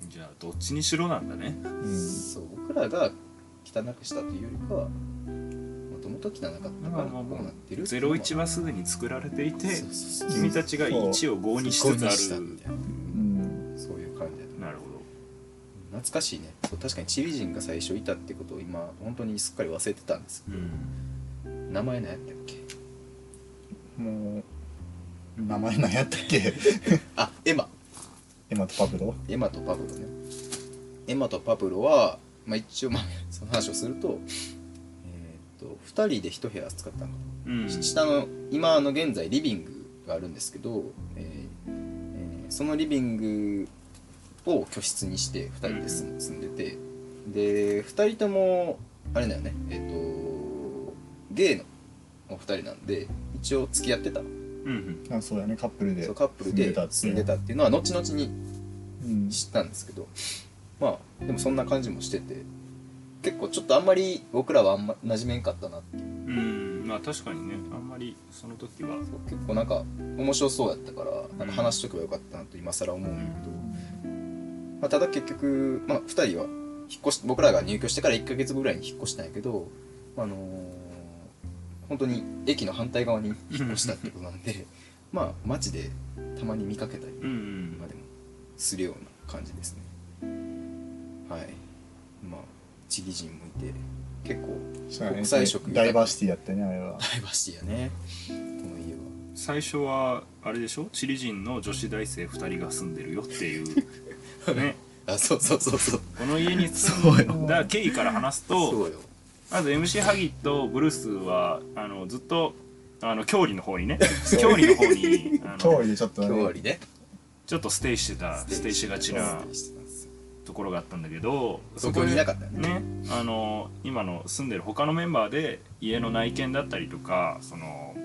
[SPEAKER 3] じゃあどっちにしろなんだね
[SPEAKER 4] うん
[SPEAKER 2] そう僕らが汚くしたというよりかはもともと汚かったからこうなってるっていうの
[SPEAKER 3] 01はすでに作られていて
[SPEAKER 2] そうそうそう
[SPEAKER 3] 君たちが1を5にしつつある
[SPEAKER 2] みたいな
[SPEAKER 4] うん
[SPEAKER 2] そういう感じだと
[SPEAKER 3] なるほ
[SPEAKER 2] 懐かしいねそう確かにチリ人が最初いたってことを今本当にすっかり忘れてたんです
[SPEAKER 3] ど、うん、
[SPEAKER 2] 名前何やったっけ
[SPEAKER 4] もう名前何やったっ け
[SPEAKER 2] あエマ
[SPEAKER 4] エマとパブロ
[SPEAKER 2] エマとパブロねエマとパブロは、まあ、一応まあその話をするとえーっと2人で1部屋使ったの、
[SPEAKER 3] うん
[SPEAKER 2] 下の今の現在リビングがあるんですけど、えーえーそのリビングを居室にして2人で住ん住んでてで2人ともあれだよねえっ、とゲイのお二人なんで一応付き合ってた
[SPEAKER 3] うん
[SPEAKER 4] あそうやねカップルで
[SPEAKER 2] そうカップルで住んでたっていうのは後々に
[SPEAKER 4] うん
[SPEAKER 2] 知ったんですけどまあでもそんな感じもしてて結構ちょっとあんまり僕らはあんま馴染めんかったなっていう
[SPEAKER 3] うんうんまあ確かにねあんまりその時は
[SPEAKER 2] そう結構なんか面白そうやったからなんか話しとけばよかったなと今更思うんだけど、まあ、ただ結局、まあ、2人は引っ越し僕らが入居してから1ヶ月後ぐらいに引っ越したんやけどあのー本当に駅の反対側に引っ越したってことなんでまあ街でたまに見かけたり
[SPEAKER 3] うん
[SPEAKER 2] までもするような感じですねはいまあ地域人もいて結構
[SPEAKER 4] そうやね
[SPEAKER 2] 国際色
[SPEAKER 4] ダイバーシティやったねあ れは
[SPEAKER 2] ダイバーシティやねこの家は
[SPEAKER 3] うん最初はあれでしょチリ人の女子大生2人が住んでるよっていうね
[SPEAKER 2] あそうそうそうそう
[SPEAKER 3] この家に住んだ経緯から話すと
[SPEAKER 2] そうよ
[SPEAKER 3] まず MC ハギとブルースはあのずっとあの郷里の方にね郷里の方にあ
[SPEAKER 4] 脅
[SPEAKER 3] の
[SPEAKER 4] 威でちょっと
[SPEAKER 2] 今日
[SPEAKER 4] ね
[SPEAKER 2] よりね
[SPEAKER 3] ちょっとステイしてたステイしがちな
[SPEAKER 2] ステイしてたんですよ
[SPEAKER 3] ところがあったんだけど
[SPEAKER 2] 東京にいなかったよね
[SPEAKER 3] ね、あの今の住んでる他のメンバーで家の内見だったりとかその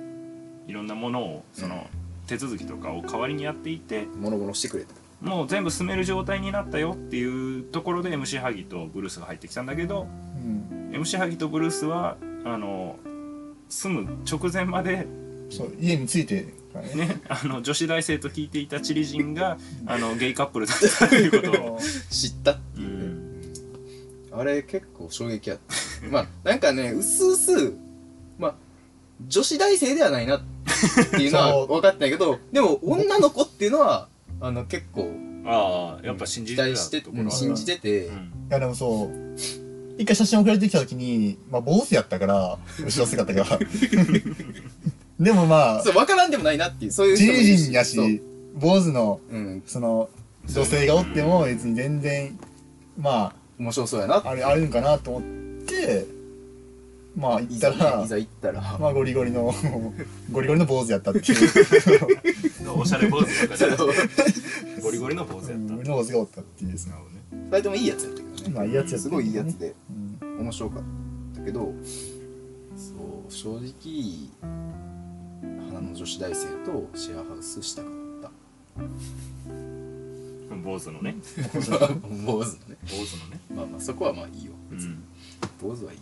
[SPEAKER 3] いろんなものをその、
[SPEAKER 2] うん
[SPEAKER 3] 手続きとかを代わりにやっていて
[SPEAKER 2] もろもろしてくれた
[SPEAKER 3] もう全部住める状態になったよっていうところで MC ハギとブルースが入ってきたんだけど
[SPEAKER 4] うん
[SPEAKER 3] MC ハギとブルースはあの住む直前まで、
[SPEAKER 4] そう家についてからね
[SPEAKER 3] ね、あの女子大生と聞いていたチリ人があのゲイカップルだったという ことを。
[SPEAKER 2] 知ったっていうね、うんあれ結構衝撃やったまあなんかねうすうすまあ女子大生ではないなっていうの
[SPEAKER 4] そ
[SPEAKER 2] は
[SPEAKER 4] う
[SPEAKER 2] 分かったんやけどでも女の子っていうのはあの結構
[SPEAKER 3] ああやっぱ信
[SPEAKER 2] 期
[SPEAKER 3] じてた
[SPEAKER 2] 待して
[SPEAKER 3] ところは
[SPEAKER 2] 信じてて、
[SPEAKER 3] うん
[SPEAKER 4] いやでもそう一回写真送られてきた時にまあ坊主やったから後ろ姿 がでもまあ
[SPEAKER 2] そう分からんでもないなっていうそういう
[SPEAKER 4] 自
[SPEAKER 2] 人もいる
[SPEAKER 4] 由人や
[SPEAKER 2] そう
[SPEAKER 4] し坊主の
[SPEAKER 2] うん
[SPEAKER 4] その女性がおっても別に全然ま
[SPEAKER 2] 面白そうやなって
[SPEAKER 4] ああれあるんかなと思ってまあ行
[SPEAKER 2] い
[SPEAKER 4] った
[SPEAKER 2] ざ
[SPEAKER 4] ら
[SPEAKER 2] いざ行った ら
[SPEAKER 4] まあゴリゴリのゴリゴリの坊主やったって いう
[SPEAKER 3] おしゃれ坊主とかじゃなくて
[SPEAKER 2] 2
[SPEAKER 3] ゴリゴリの坊主
[SPEAKER 4] う
[SPEAKER 3] やっ
[SPEAKER 4] ん
[SPEAKER 3] た
[SPEAKER 4] ゴリゴリの坊主がおったっていうですね、
[SPEAKER 3] なるほどね
[SPEAKER 2] 人ともいいやつやったけどね
[SPEAKER 4] まあいいやつやったけどね
[SPEAKER 2] すごいいいやつで
[SPEAKER 4] うん
[SPEAKER 2] 面白かったけどそう正直花の女子大生とシェアハウスしたかっ
[SPEAKER 3] 坊主のね
[SPEAKER 2] た坊主のね
[SPEAKER 3] 坊主のね
[SPEAKER 2] まあまあそこはまあいいよ
[SPEAKER 3] う
[SPEAKER 2] 別に
[SPEAKER 3] ん
[SPEAKER 2] 坊主はいい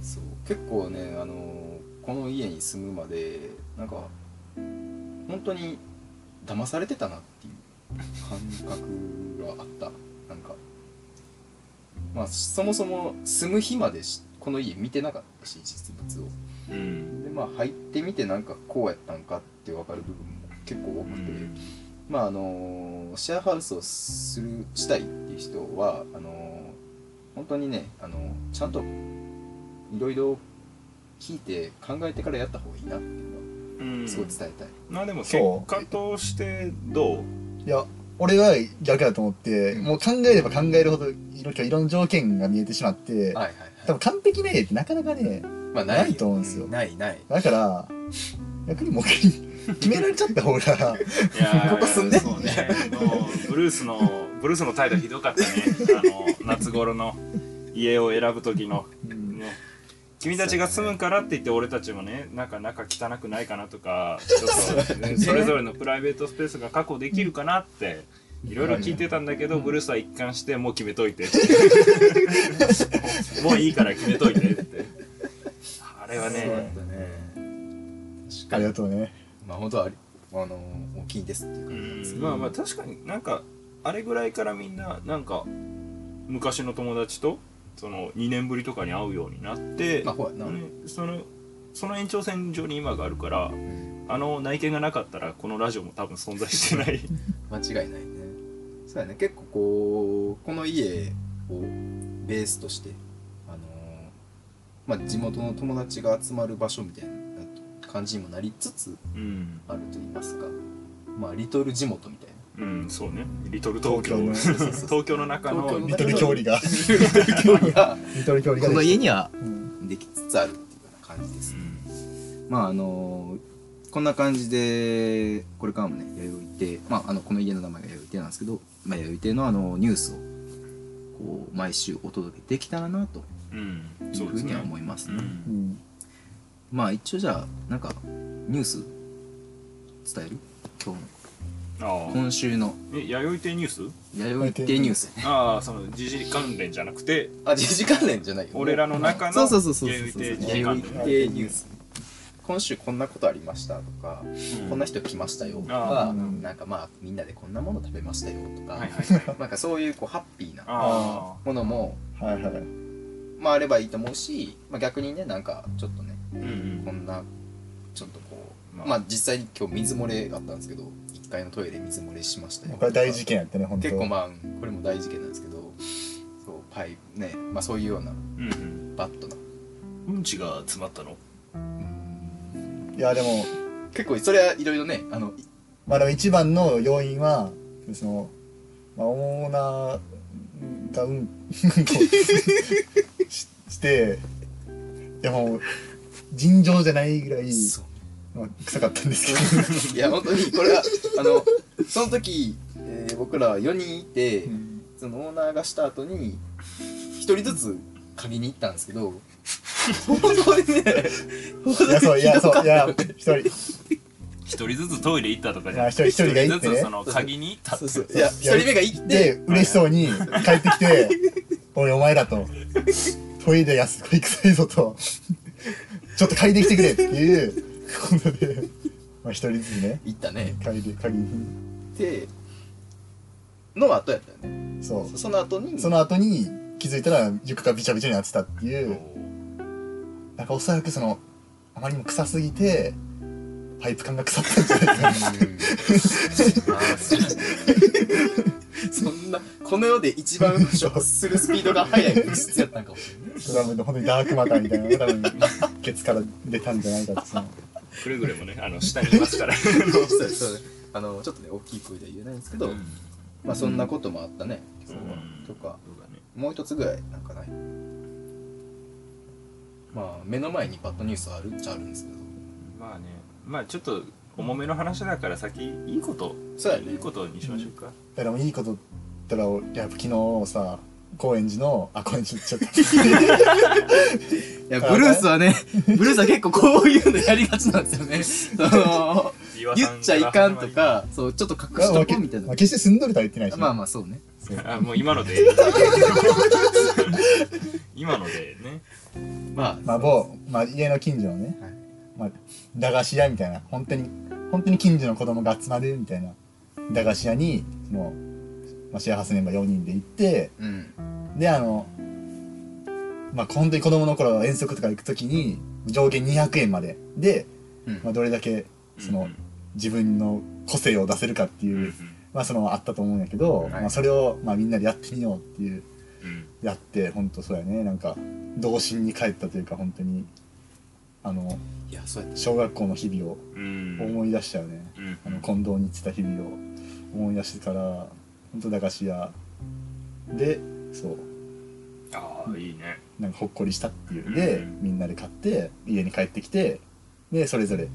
[SPEAKER 2] そう結構ねあのーこの家に住むまでなんか本当に騙されてたなっていう感覚があったなんかまあそもそも住む日までしこの家見てなかったし実物を
[SPEAKER 3] うん
[SPEAKER 2] でまあ入ってみてなんかこうやったんかって分かる部分も結構多
[SPEAKER 3] う
[SPEAKER 2] くて、
[SPEAKER 3] ん
[SPEAKER 2] まああのシェアハウスをするしたいっていう人はあの本当にね、あのちゃんといろいろ聞いて考えてからやった方がいいなっていうのはすごい伝えたい、
[SPEAKER 3] まあでも結
[SPEAKER 4] そう
[SPEAKER 3] 果としてどう
[SPEAKER 4] いや俺は逆だと思って、
[SPEAKER 2] うん
[SPEAKER 4] もう考えれば考えるほどいろいろんな条件が見えてしまっ
[SPEAKER 2] は
[SPEAKER 4] て、
[SPEAKER 2] いはい
[SPEAKER 4] 多
[SPEAKER 2] は
[SPEAKER 4] 分完璧な家ってなかなかね
[SPEAKER 2] い、まあ、
[SPEAKER 4] ないと思うんですよ
[SPEAKER 2] ないない
[SPEAKER 4] だから逆にもう決められちゃった方が
[SPEAKER 3] いや
[SPEAKER 2] ここ住んでんね
[SPEAKER 3] そうねもうブルースのブルースの態度ひどかったねあの夏頃の家を選ぶ時の
[SPEAKER 4] うん
[SPEAKER 3] ね君たちが住むからって言って俺たちもねなんか中汚くないかなとかちょっとねそれぞれのプライベートスペースが確保できるかなっていろいろ聞いてたんだけどブルースは一貫してもう決めといてってもういいから決めといてってあれは
[SPEAKER 2] そうだっ
[SPEAKER 3] ね
[SPEAKER 2] たね確
[SPEAKER 4] あ
[SPEAKER 2] か
[SPEAKER 4] り
[SPEAKER 2] に
[SPEAKER 4] がとうね
[SPEAKER 2] まあ本当はありあの大きいですっていう
[SPEAKER 3] う
[SPEAKER 2] 感じなんですけ
[SPEAKER 3] ん
[SPEAKER 2] ど、
[SPEAKER 3] まあまあ確かになんかあれぐらいからみんななんか昔の友達とその2年ぶりとかに会うようになって
[SPEAKER 2] まあほらな、
[SPEAKER 3] ねそのその延長線上に今があるからあの内見がなかったらこのラジオも多分存在してない
[SPEAKER 2] 間違いないねそうやね結構こうこの家をベースとしてあのーまあ地元の友達が集まる場所みたいな感じにもなりつつ
[SPEAKER 3] うん、
[SPEAKER 2] あると言いますかまあリトル地元みたいな
[SPEAKER 3] うん、そうねリトル東京
[SPEAKER 4] 東京
[SPEAKER 2] のそうそうそう
[SPEAKER 3] 東京の中の
[SPEAKER 2] 東京の
[SPEAKER 4] リトル距離が
[SPEAKER 2] 距離が
[SPEAKER 4] リトル距離が
[SPEAKER 1] この
[SPEAKER 4] でき
[SPEAKER 1] 家には
[SPEAKER 4] たうん
[SPEAKER 2] できつつあるっていうような感じですねまああのーこんな感じで、これからもね、弥生亭、まあ、あの、この家の名前が弥生亭なんですけど、まあ、弥生亭のあの、ニュースを、こう、毎週お届けできたらな、と
[SPEAKER 3] うん
[SPEAKER 2] い
[SPEAKER 3] そうう
[SPEAKER 2] ふ
[SPEAKER 3] で
[SPEAKER 2] う
[SPEAKER 3] す
[SPEAKER 2] に
[SPEAKER 3] ね
[SPEAKER 2] は思います
[SPEAKER 3] う
[SPEAKER 2] ね。
[SPEAKER 4] うんん、
[SPEAKER 2] まあ、一応じゃあ、なんか、ニュース、伝える今日の
[SPEAKER 3] ああ
[SPEAKER 2] 今週の
[SPEAKER 3] え弥生亭ニュース
[SPEAKER 2] 弥生亭ニュース。
[SPEAKER 3] ああその時事関連じゃなくて
[SPEAKER 2] あ、時事関連じゃないよ。
[SPEAKER 3] 俺らの中の
[SPEAKER 2] そうそうそうそうそう。
[SPEAKER 3] 弥生亭時事
[SPEAKER 2] 弥
[SPEAKER 3] 関
[SPEAKER 2] 生
[SPEAKER 3] 連
[SPEAKER 2] 亭ニュース。今週こんなことありましたとか、こんな人来ましたよとか
[SPEAKER 4] あー、
[SPEAKER 2] なんかまあみんなでこんなもの食べましたよとか、
[SPEAKER 3] はいはいはい
[SPEAKER 2] なんかそういうこうハッピーな
[SPEAKER 3] あ
[SPEAKER 2] ものも、
[SPEAKER 4] はいはい
[SPEAKER 2] まあ、あればいいと思うし、まあ、逆にねなんかちょっとね
[SPEAKER 3] あうんうん
[SPEAKER 2] こんなちょっとこう、
[SPEAKER 3] ま
[SPEAKER 2] ま
[SPEAKER 3] あ
[SPEAKER 2] あ、実際に今日水漏れあったんですけど1階のトイレ水漏れしましたよ
[SPEAKER 4] これ大事件やってね本当
[SPEAKER 2] 結構まあうんこれも大事件なんですけどそうパイね、まあ、そういうような
[SPEAKER 3] うんうん
[SPEAKER 2] バッドな
[SPEAKER 3] うんちが詰まったの
[SPEAKER 4] いやでも
[SPEAKER 2] 結構それはいろいろねあのい
[SPEAKER 4] まあでも一番の要因はその、まあ、オーナーがうんうんこ ししていやもう尋常じゃないぐらい、
[SPEAKER 2] そう
[SPEAKER 4] まあ、臭かったんですけ ど
[SPEAKER 2] いや本当にこれはあのその時、えー僕ら4人いて、
[SPEAKER 4] うん
[SPEAKER 2] そのオーナーがした後に1人ずつ鍵に行ったんですけど本当に ね本
[SPEAKER 4] いや
[SPEAKER 2] 当
[SPEAKER 4] そう
[SPEAKER 2] に
[SPEAKER 4] い
[SPEAKER 2] ひ
[SPEAKER 4] や
[SPEAKER 2] ど
[SPEAKER 4] そうい
[SPEAKER 2] か
[SPEAKER 4] や
[SPEAKER 2] っ
[SPEAKER 4] 一人
[SPEAKER 3] 一人ずつトイレ行ったとかじ
[SPEAKER 4] まあ
[SPEAKER 3] ゃな
[SPEAKER 4] 一人一人が行
[SPEAKER 3] ず
[SPEAKER 4] って
[SPEAKER 3] つ
[SPEAKER 4] ね
[SPEAKER 3] その鍵に行った
[SPEAKER 2] た
[SPEAKER 3] って
[SPEAKER 2] そうそういや1人目が行って
[SPEAKER 4] で嬉しそうに帰ってきて「おいお前ら」と「トイレがすごい臭いぞ」と「ちょっと嗅いできてくれ」っていうことでまあ一人ずつね
[SPEAKER 2] 行ったね
[SPEAKER 4] 嗅いで嗅ぎに
[SPEAKER 2] での後やったよね
[SPEAKER 4] そう
[SPEAKER 2] その後に
[SPEAKER 4] その後に気づいたら床がびちゃびちゃになってたっていうなんかおそらくそのあまりにも臭すぎてパイプ感が腐ったんじゃ ないかな
[SPEAKER 2] そんなこの世で一番腐食するスピードが速い物質やったんかもしれ ない
[SPEAKER 4] 多分本当にダークマターみたいなのが多分ケツから出たんじゃないかってその
[SPEAKER 3] くれぐれもねあの下にいますから
[SPEAKER 2] そうそうあのちょっとね大きい声では言えないんですけど、
[SPEAKER 3] うん
[SPEAKER 2] まあそんなこともあったね、
[SPEAKER 3] うん
[SPEAKER 2] 今日はとか
[SPEAKER 3] そうだね
[SPEAKER 2] もう一つぐらいなんかないまあ目の前にバッドニュースあるっちゃあるんですけど
[SPEAKER 3] まあねまあちょっと重めの話だから先いいこと
[SPEAKER 2] そうやね
[SPEAKER 3] いいことにしましょうか
[SPEAKER 4] いやでもいいこと言ったら俺やっぱ昨日さ高円寺のあ高円寺行っちゃ った
[SPEAKER 2] いや、
[SPEAKER 4] あ
[SPEAKER 2] ブルースは ね、ブルースは結構こういうのやりがちなんですよね。その、言っちゃいかんとか、そう、ちょっと隠し
[SPEAKER 4] まあ
[SPEAKER 2] と
[SPEAKER 4] け
[SPEAKER 2] こうみたい
[SPEAKER 4] ま
[SPEAKER 2] な
[SPEAKER 4] あ。決して住んどるとは言ってないしね、
[SPEAKER 2] まあまあ、そうね。
[SPEAKER 3] あもう今 ので今のでね
[SPEAKER 2] まあ、
[SPEAKER 4] まあ某、まあ、家の近所のね、
[SPEAKER 2] はい
[SPEAKER 4] まあ、駄菓子屋みたいな本当に本当に近所の子供が集まるみたいな駄菓子屋にその、まあ、シェアハウスメンバー4人で行って
[SPEAKER 2] うん。
[SPEAKER 4] であのまあ本当に子供の頃遠足とか行く時に上限200円までで、
[SPEAKER 2] うん
[SPEAKER 4] まあ、どれだけそ
[SPEAKER 3] うん
[SPEAKER 4] の
[SPEAKER 3] うん
[SPEAKER 4] 自分の個性を出せるかっていう、
[SPEAKER 3] うん
[SPEAKER 4] まあそのあったと思うんやけど、
[SPEAKER 2] はい
[SPEAKER 4] まあ、それをまあみんなでやってみようっていう
[SPEAKER 3] うん
[SPEAKER 4] やって本当そうやねなんか童心に帰ったというか本当にあの
[SPEAKER 2] いや、そうやっ
[SPEAKER 4] 小学校の日々を
[SPEAKER 3] うん
[SPEAKER 4] 思い出したよね、
[SPEAKER 3] うん
[SPEAKER 4] あの近藤に行ってた日々を思い出してから本当駄菓子屋でそう
[SPEAKER 3] ああいいね
[SPEAKER 4] なんかほっこりしたっていうで
[SPEAKER 3] うん
[SPEAKER 4] みんなで買って家に帰ってきてでそれぞれ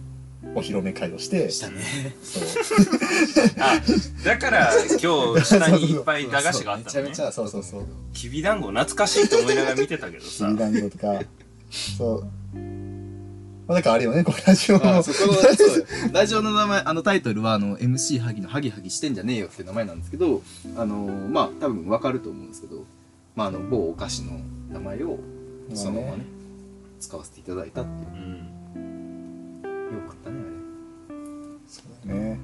[SPEAKER 4] お披露目会をして
[SPEAKER 2] た。したね。
[SPEAKER 4] そう
[SPEAKER 3] あだから今日下にいっぱい駄菓子があった
[SPEAKER 2] そう
[SPEAKER 3] の
[SPEAKER 2] め
[SPEAKER 3] ね
[SPEAKER 2] ちゃめちゃ、
[SPEAKER 4] そうそうそう
[SPEAKER 3] きびだんご懐かしいと思いながら見てたけど
[SPEAKER 4] き
[SPEAKER 3] さ
[SPEAKER 4] びだんごとかそうまあだからあれよねこれラジオ
[SPEAKER 2] あ
[SPEAKER 4] も
[SPEAKER 2] そこのそうラジオの名前あのタイトルはあの MC ハギの「ハギハギしてんじゃねえよ」っていう名前なんですけどあのまあ多分わかると思うんですけど、まあ、あの某お菓子の名前をそのままね使わせていただいたっていう
[SPEAKER 3] うん
[SPEAKER 2] よかったね
[SPEAKER 4] そうだね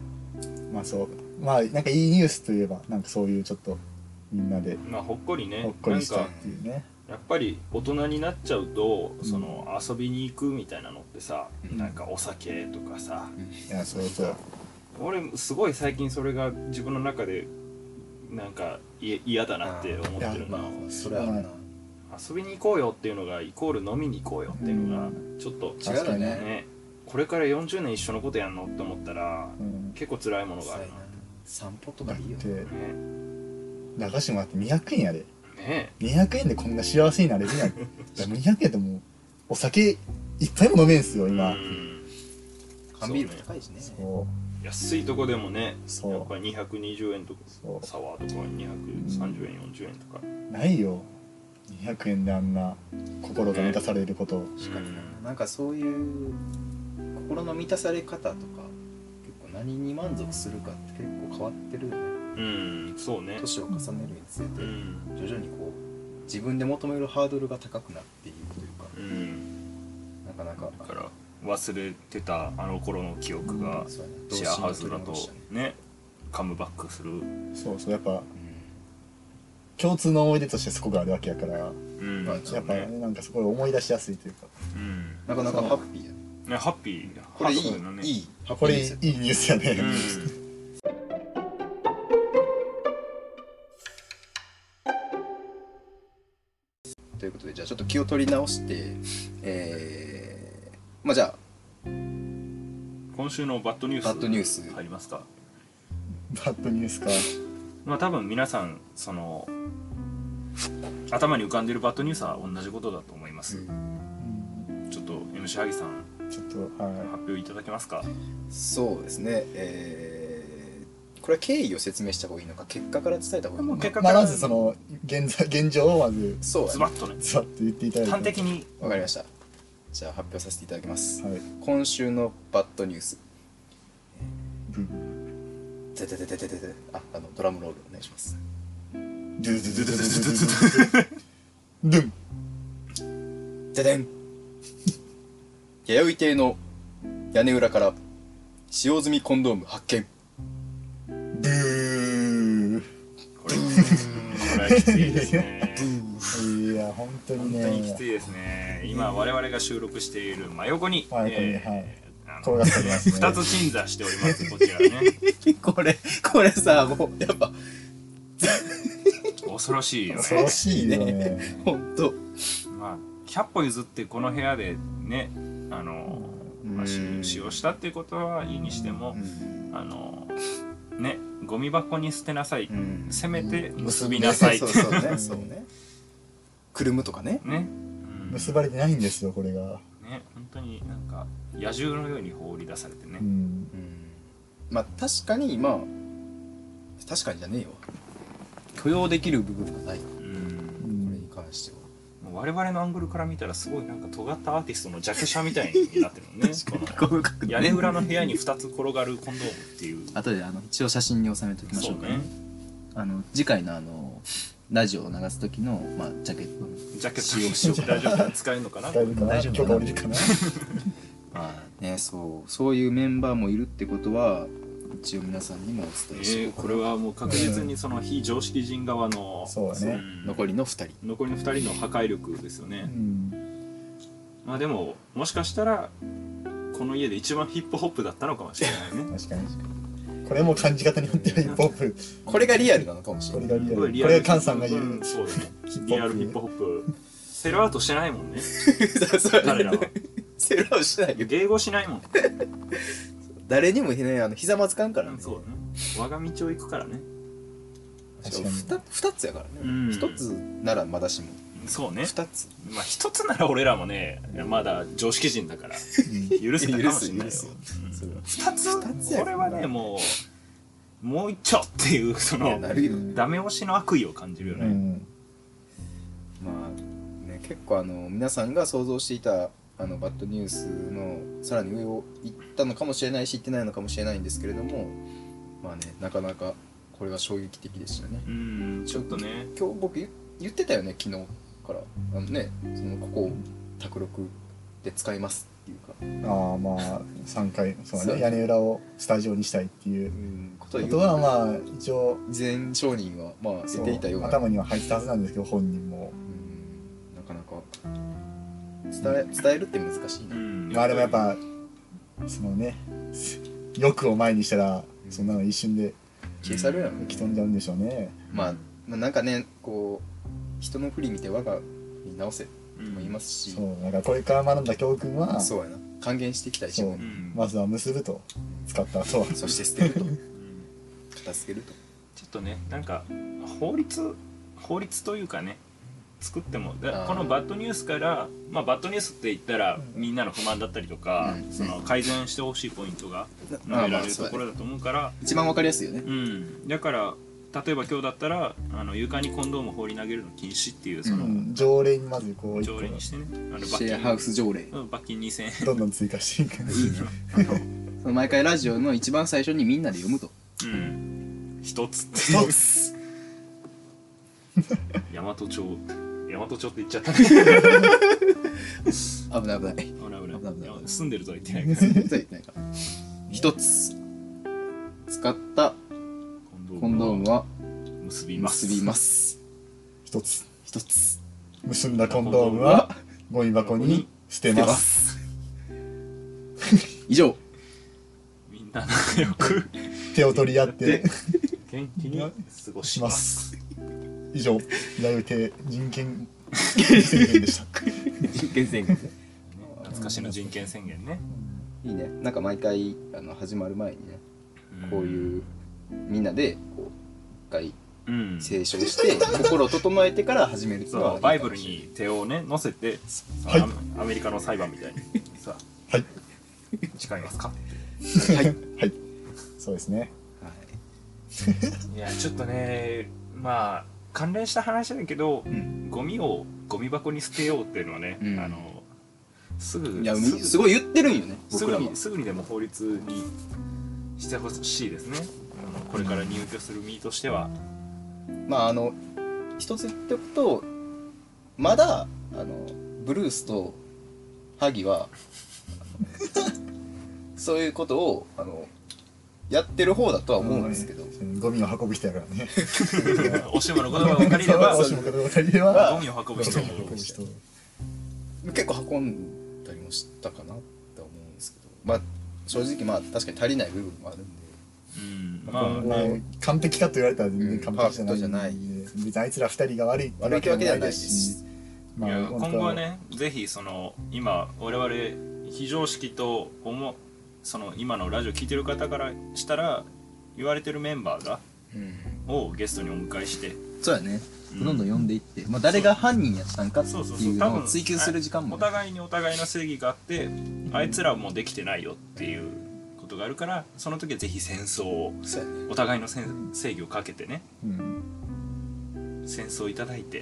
[SPEAKER 4] まあそうまあなんかいいニュースといえばなんかそういうちょっとみんなで
[SPEAKER 3] まあほっこりね
[SPEAKER 4] ほっこりしたっていうね
[SPEAKER 3] やっぱり大人になっちゃうと、
[SPEAKER 4] ん
[SPEAKER 3] その遊びに行くみたいなのってさ、
[SPEAKER 2] うん
[SPEAKER 3] なんかお酒とかさ
[SPEAKER 4] いやそうそう
[SPEAKER 3] 俺すごい最近それが自分の中でなんかい嫌だなって思って
[SPEAKER 2] あれ
[SPEAKER 3] る
[SPEAKER 2] ま
[SPEAKER 3] な
[SPEAKER 2] あそれはあるな
[SPEAKER 3] 遊びに行こうよっていうのがイコール飲みに行こうよっていうのが
[SPEAKER 4] う
[SPEAKER 3] ちょっと、
[SPEAKER 2] 違うよね
[SPEAKER 3] ねこれから40年一緒のことやんのって思ったら
[SPEAKER 4] うん
[SPEAKER 3] 結構辛いものがあ
[SPEAKER 2] さ
[SPEAKER 3] る
[SPEAKER 2] いな散歩と
[SPEAKER 4] だ
[SPEAKER 2] か
[SPEAKER 4] っ
[SPEAKER 2] いいよ
[SPEAKER 4] て
[SPEAKER 3] なね
[SPEAKER 4] 流してもらって200円やで
[SPEAKER 3] ね
[SPEAKER 4] 200円でこんな幸せになれるやんいや200円でもうお酒いっぱいも飲めんすよ
[SPEAKER 3] え
[SPEAKER 4] 今、
[SPEAKER 3] うん
[SPEAKER 2] 缶ビールも高いしね
[SPEAKER 4] そう
[SPEAKER 3] 安いとこでもね
[SPEAKER 4] そう
[SPEAKER 3] やっぱり220円とか
[SPEAKER 4] そう
[SPEAKER 3] サワーとか230円40円とか
[SPEAKER 4] ないよ200円であんな心が満たされること、
[SPEAKER 2] 確かにな
[SPEAKER 3] うん
[SPEAKER 2] なんかそういう心の満たされ方とか結構何に満足するかって結構変わってるよね
[SPEAKER 3] うんそうね
[SPEAKER 2] 年を重ねるにつれて
[SPEAKER 3] うん
[SPEAKER 2] 徐々にこう自分で求めるハードルが高くなっていくというか
[SPEAKER 3] うん
[SPEAKER 2] なかなか
[SPEAKER 3] だから忘れてたあの頃の記憶が
[SPEAKER 2] そうやね
[SPEAKER 3] シェアハウスだと
[SPEAKER 2] 同心に取り戻したね
[SPEAKER 3] ねカムバックする
[SPEAKER 4] そうそうやっぱ共通の思い出としてそこがあるわけやからやっ
[SPEAKER 3] うん
[SPEAKER 2] まあ
[SPEAKER 3] そう
[SPEAKER 4] ぱ、ね
[SPEAKER 3] ね
[SPEAKER 4] なんかそこを思い出しやすいというか
[SPEAKER 3] うん
[SPEAKER 2] うんなかなかハッピーやね
[SPEAKER 3] ねハッピー
[SPEAKER 2] これいい
[SPEAKER 3] ハッピーなね
[SPEAKER 2] いいハッピ
[SPEAKER 4] こ
[SPEAKER 2] ー
[SPEAKER 4] れ
[SPEAKER 2] で
[SPEAKER 4] い
[SPEAKER 2] すよ
[SPEAKER 4] いニュースやね、
[SPEAKER 3] うん
[SPEAKER 2] ということでじゃあちょっと気を取り直してえーまあじゃあ
[SPEAKER 3] 今週のバッドニュース
[SPEAKER 2] バッドニュース
[SPEAKER 3] 入りますか
[SPEAKER 4] バッドニュースか
[SPEAKER 3] まあ多分皆さんその頭に浮かんでるバッドニュースは同じことだと思います、
[SPEAKER 4] うん
[SPEAKER 3] ちょっと MC 萩さん
[SPEAKER 4] ちょっとはい
[SPEAKER 3] 発表いただけますか
[SPEAKER 2] そうですねえーこれは経緯を説明した方がいいのか結果から伝えた方がいいのか
[SPEAKER 3] 結果
[SPEAKER 4] まあまずその現在現状をまず
[SPEAKER 2] そうや
[SPEAKER 3] ズ
[SPEAKER 2] ね
[SPEAKER 3] バッとね
[SPEAKER 4] ざっと言っていただいて
[SPEAKER 3] 端的に
[SPEAKER 2] わかりましたじゃあ発表させていただきます
[SPEAKER 4] はい
[SPEAKER 2] 今週のバッドニュース
[SPEAKER 4] ブ
[SPEAKER 2] てててててててああのドラムロールお願いします
[SPEAKER 4] ドゥドゥドゥドゥドゥドゥドゥドゥドゥドゥド
[SPEAKER 2] で
[SPEAKER 4] ゥン
[SPEAKER 2] でん弥生邸の屋根裏から使用済みコンドーム発見
[SPEAKER 4] ブー
[SPEAKER 3] これこれはきついですね
[SPEAKER 4] いや本当
[SPEAKER 3] 本
[SPEAKER 4] に
[SPEAKER 3] 当にき
[SPEAKER 4] ね
[SPEAKER 3] ついですね今我々が収録している真横に
[SPEAKER 4] 真横に
[SPEAKER 3] えー
[SPEAKER 4] はい
[SPEAKER 3] あの
[SPEAKER 4] 転がっておりますね
[SPEAKER 3] 二つ鎮座しておりますこちらね
[SPEAKER 2] これこれさもうやっぱ
[SPEAKER 3] 恐ろしいよね
[SPEAKER 4] 恐ろしいよね
[SPEAKER 2] 本当
[SPEAKER 3] まあ100歩譲ってこの部屋でねあの、ま
[SPEAKER 2] う
[SPEAKER 3] あ、
[SPEAKER 2] ん
[SPEAKER 3] 使使用したってことはいいにしても、あのねゴミ箱に捨てなさい、
[SPEAKER 2] うん
[SPEAKER 3] せめて結びなさい
[SPEAKER 2] そうそうねそうねくるむとかね
[SPEAKER 3] ね、うん、
[SPEAKER 4] 結ばれてないんですよこれが
[SPEAKER 3] ね本当になんか野獣のように放り出されてね
[SPEAKER 4] う、ん
[SPEAKER 2] まあ確かにまあ確かにじゃねえよ許容できる部分がないこ
[SPEAKER 4] う
[SPEAKER 3] う、
[SPEAKER 4] ん
[SPEAKER 2] れに
[SPEAKER 4] ん
[SPEAKER 2] 関しては
[SPEAKER 3] もう我々のアングルから見たらすごいなんか尖ったアーティストの弱者みたいになってる のね この屋根裏の部屋に2つ転がるコンドームっていう
[SPEAKER 2] あとであの一応写真に収めておきましょうかねあの次回のあのラジオを流す時の、まあ、ジャケット
[SPEAKER 3] ジャケットにしよう大丈夫かな使えるの かな
[SPEAKER 4] 大丈夫かな
[SPEAKER 2] 大丈夫かな
[SPEAKER 4] 許可下りるかな
[SPEAKER 2] ねそうそういうメンバーもいるってことは一応皆さんにもお
[SPEAKER 3] え
[SPEAKER 2] 伝えして
[SPEAKER 3] ーこれはもう確実にその非常識人側の、
[SPEAKER 4] そうだね
[SPEAKER 3] ん
[SPEAKER 2] 残りの2人
[SPEAKER 3] 残りの2人の破壊力ですよ
[SPEAKER 4] う
[SPEAKER 3] ね、
[SPEAKER 4] ん
[SPEAKER 3] まあでももしかしたらこの家で一番ヒップホップだったのかもしれないね
[SPEAKER 4] 確かにこれも感じ方によってはヒップホップ
[SPEAKER 2] これがリアルなのかもし
[SPEAKER 4] こ
[SPEAKER 2] れ
[SPEAKER 4] れ
[SPEAKER 2] ない
[SPEAKER 4] が リアル
[SPEAKER 3] こ
[SPEAKER 4] こ
[SPEAKER 3] れリアル
[SPEAKER 4] れが菅さんが言
[SPEAKER 3] う
[SPEAKER 4] うん
[SPEAKER 3] そうだね
[SPEAKER 4] ヒップホップ
[SPEAKER 3] リアルヒップホップセルアウトしてないもんね
[SPEAKER 2] そう
[SPEAKER 3] 彼らは
[SPEAKER 2] セローしないけど
[SPEAKER 3] 迎合しないもんね
[SPEAKER 2] 誰にもねあのひざまずかんからね
[SPEAKER 3] そうだね我が道を行くからね
[SPEAKER 4] 確かに
[SPEAKER 2] 2, つやからね、
[SPEAKER 3] うん
[SPEAKER 2] 1つならまだしも
[SPEAKER 3] そうね
[SPEAKER 2] 2つ
[SPEAKER 3] まあ一つなら俺らもねまだ常識人だから許せたかもしれ
[SPEAKER 2] 許す
[SPEAKER 3] ないよ
[SPEAKER 2] 許す
[SPEAKER 3] う
[SPEAKER 2] よ
[SPEAKER 3] ん二
[SPEAKER 2] 二つ
[SPEAKER 3] つ
[SPEAKER 2] や
[SPEAKER 3] こ
[SPEAKER 2] から
[SPEAKER 3] れはねもうもう一丁っていうそ
[SPEAKER 2] いや
[SPEAKER 3] の
[SPEAKER 2] なるよね
[SPEAKER 3] ダメ押しの悪意を感じるよ
[SPEAKER 4] う
[SPEAKER 3] ね
[SPEAKER 4] ん
[SPEAKER 2] まあね結構あの皆さんが想像していたあのバッドニュースのさらに上を行ったのかもしれないし行ってないのかもしれないんですけれどもまあねなかなかこれは衝撃的でしたね
[SPEAKER 3] うんちょっとね
[SPEAKER 2] 今日僕言言ってたよね昨日からあのねそのここを卓録で使いますっていうか、
[SPEAKER 4] ああまあ3回そう
[SPEAKER 2] そ
[SPEAKER 4] だ
[SPEAKER 2] う
[SPEAKER 4] ね屋根裏をスタジオにしたいっていう
[SPEAKER 2] こと
[SPEAKER 4] こ
[SPEAKER 2] は言
[SPEAKER 4] とはまあ一応
[SPEAKER 2] 事前承認はまあ
[SPEAKER 4] そ
[SPEAKER 2] 言
[SPEAKER 4] う
[SPEAKER 2] っていたような
[SPEAKER 4] 頭には入ったはずなんですけど本人も
[SPEAKER 2] うんなかなか伝え伝えるって難しいな、
[SPEAKER 3] うん
[SPEAKER 4] まあでもやっぱそのね欲を前にしたらそんなの一瞬で
[SPEAKER 2] 消されるやろ
[SPEAKER 4] 吹き飛んじゃうんでしょうね
[SPEAKER 2] まあ、まあ、なんかねこう人の振り見て我が身直せとも言いますし、
[SPEAKER 4] そうだからこれから学んだ教訓は
[SPEAKER 2] そうやな還元していきたいし、
[SPEAKER 4] そう
[SPEAKER 3] うん
[SPEAKER 4] まずは結ぶと使った後は
[SPEAKER 2] そして捨てると
[SPEAKER 3] うん
[SPEAKER 2] 片付けると
[SPEAKER 3] ちょっとねなんか法律法律というかね作ってもだ
[SPEAKER 2] あー
[SPEAKER 3] このバッドニュースから、まあ、バッドニュースって言ったらみんなの不満だったりとか、
[SPEAKER 2] うん
[SPEAKER 3] その改善してほしいポイントが
[SPEAKER 2] ま
[SPEAKER 3] 述
[SPEAKER 2] あ
[SPEAKER 3] べ
[SPEAKER 2] ま
[SPEAKER 3] ら
[SPEAKER 2] あ
[SPEAKER 3] れる
[SPEAKER 2] そう
[SPEAKER 3] と
[SPEAKER 2] だ
[SPEAKER 3] こ
[SPEAKER 2] ね
[SPEAKER 3] ろだと思うから、
[SPEAKER 2] 一番わかりやすいよね
[SPEAKER 3] うん、だから例えば今日だったらあの床にコンドームを放り投げるの禁止っていうそ
[SPEAKER 4] うん
[SPEAKER 2] う
[SPEAKER 3] の
[SPEAKER 4] 条例にまずこう一
[SPEAKER 3] 条例にしてねあの罰
[SPEAKER 2] シェアハウス条例
[SPEAKER 3] 金うん罰金2000円
[SPEAKER 4] 個どんどん追加していく
[SPEAKER 2] いいねあのその毎回ラジオの一番最初にみんなで読むと
[SPEAKER 3] うん一つって大和町大和町って言っち ゃった危
[SPEAKER 2] 危ない危ない危
[SPEAKER 3] ない危な
[SPEAKER 2] ない危な
[SPEAKER 3] い
[SPEAKER 2] い
[SPEAKER 3] いや住んでるとは言ってないから
[SPEAKER 2] なんか一つ使ったコンドームは
[SPEAKER 3] 結びます
[SPEAKER 2] 結びます
[SPEAKER 4] 一つ
[SPEAKER 2] 一つ
[SPEAKER 4] 結んだコンドームはゴミ箱に捨て
[SPEAKER 2] 出
[SPEAKER 4] ま
[SPEAKER 2] ますす以上
[SPEAKER 3] みんな仲良く
[SPEAKER 4] 手を取り合って
[SPEAKER 3] 元気に過ごし
[SPEAKER 4] し
[SPEAKER 3] ま
[SPEAKER 4] ますす以上やゆて人権宣言でした
[SPEAKER 2] 人権宣言
[SPEAKER 3] ね懐かしの人権宣言ね
[SPEAKER 2] いいねなんか毎回あの始まる前にねこう
[SPEAKER 3] う
[SPEAKER 2] いうみんなでこう一回
[SPEAKER 3] うん
[SPEAKER 2] 清書して心を整えてから始めるっていうのは
[SPEAKER 3] そうバイブルに手をね載せて
[SPEAKER 4] はい
[SPEAKER 3] あのアメリカの裁判みたいにさ
[SPEAKER 4] はい
[SPEAKER 3] 誓いますか
[SPEAKER 4] はいそうですね
[SPEAKER 2] はい
[SPEAKER 3] いやちょっとねまあ関連した話だけど、
[SPEAKER 2] ん
[SPEAKER 3] ゴミをゴミ箱に捨てようっていうのはね、
[SPEAKER 2] うん
[SPEAKER 3] あのすぐ
[SPEAKER 2] いやみ
[SPEAKER 3] すぐ
[SPEAKER 2] すごい言ってるんよね
[SPEAKER 3] す
[SPEAKER 2] 僕
[SPEAKER 3] ぐ
[SPEAKER 2] らも
[SPEAKER 3] にすぐにでも法律にしてほしいですねあのこれから入居する身としては、
[SPEAKER 2] まああの一つ言っておくとまだあのブルースとハギはあのそういうことをあのやってる方だとは思うんですけど、
[SPEAKER 4] ゴミを運ぶ人やからね
[SPEAKER 3] おしまの言葉を借りれ ば
[SPEAKER 4] おしまの言葉を借りれば
[SPEAKER 3] ゴミを運ぶ人も
[SPEAKER 4] ゴミを運ぶ人
[SPEAKER 2] 結構運んだりもしたかなって思うんですけどまあ正直まあ確かに足りない部分もあるんで
[SPEAKER 3] うんまあ
[SPEAKER 4] まあね完璧かと言われたら全然完璧じゃないんで別にあいつら二人が悪いって
[SPEAKER 2] 悪いわけではない
[SPEAKER 4] で
[SPEAKER 2] し、
[SPEAKER 4] まあ
[SPEAKER 3] いや
[SPEAKER 4] 本当
[SPEAKER 3] 今後はねぜひその今我々非常識と思うその今のラジオ聞いてる方からしたら言われてるメンバーがをゲストにお迎えして
[SPEAKER 2] そうやね
[SPEAKER 3] うん
[SPEAKER 2] どんどん読んでいって、まあ、誰が犯人やったんかって
[SPEAKER 3] そうそう
[SPEAKER 2] い
[SPEAKER 3] そう
[SPEAKER 2] う
[SPEAKER 3] 多
[SPEAKER 2] のを
[SPEAKER 3] 分
[SPEAKER 2] 追求する時間も
[SPEAKER 3] お
[SPEAKER 2] ね
[SPEAKER 3] 互いにお互いの正義があってあいつらはもうできてないよっていうことがあるからその時はぜひ戦争を
[SPEAKER 2] そうやね
[SPEAKER 3] お互いのせん正義をかけてね
[SPEAKER 4] うん
[SPEAKER 3] 戦争いただいて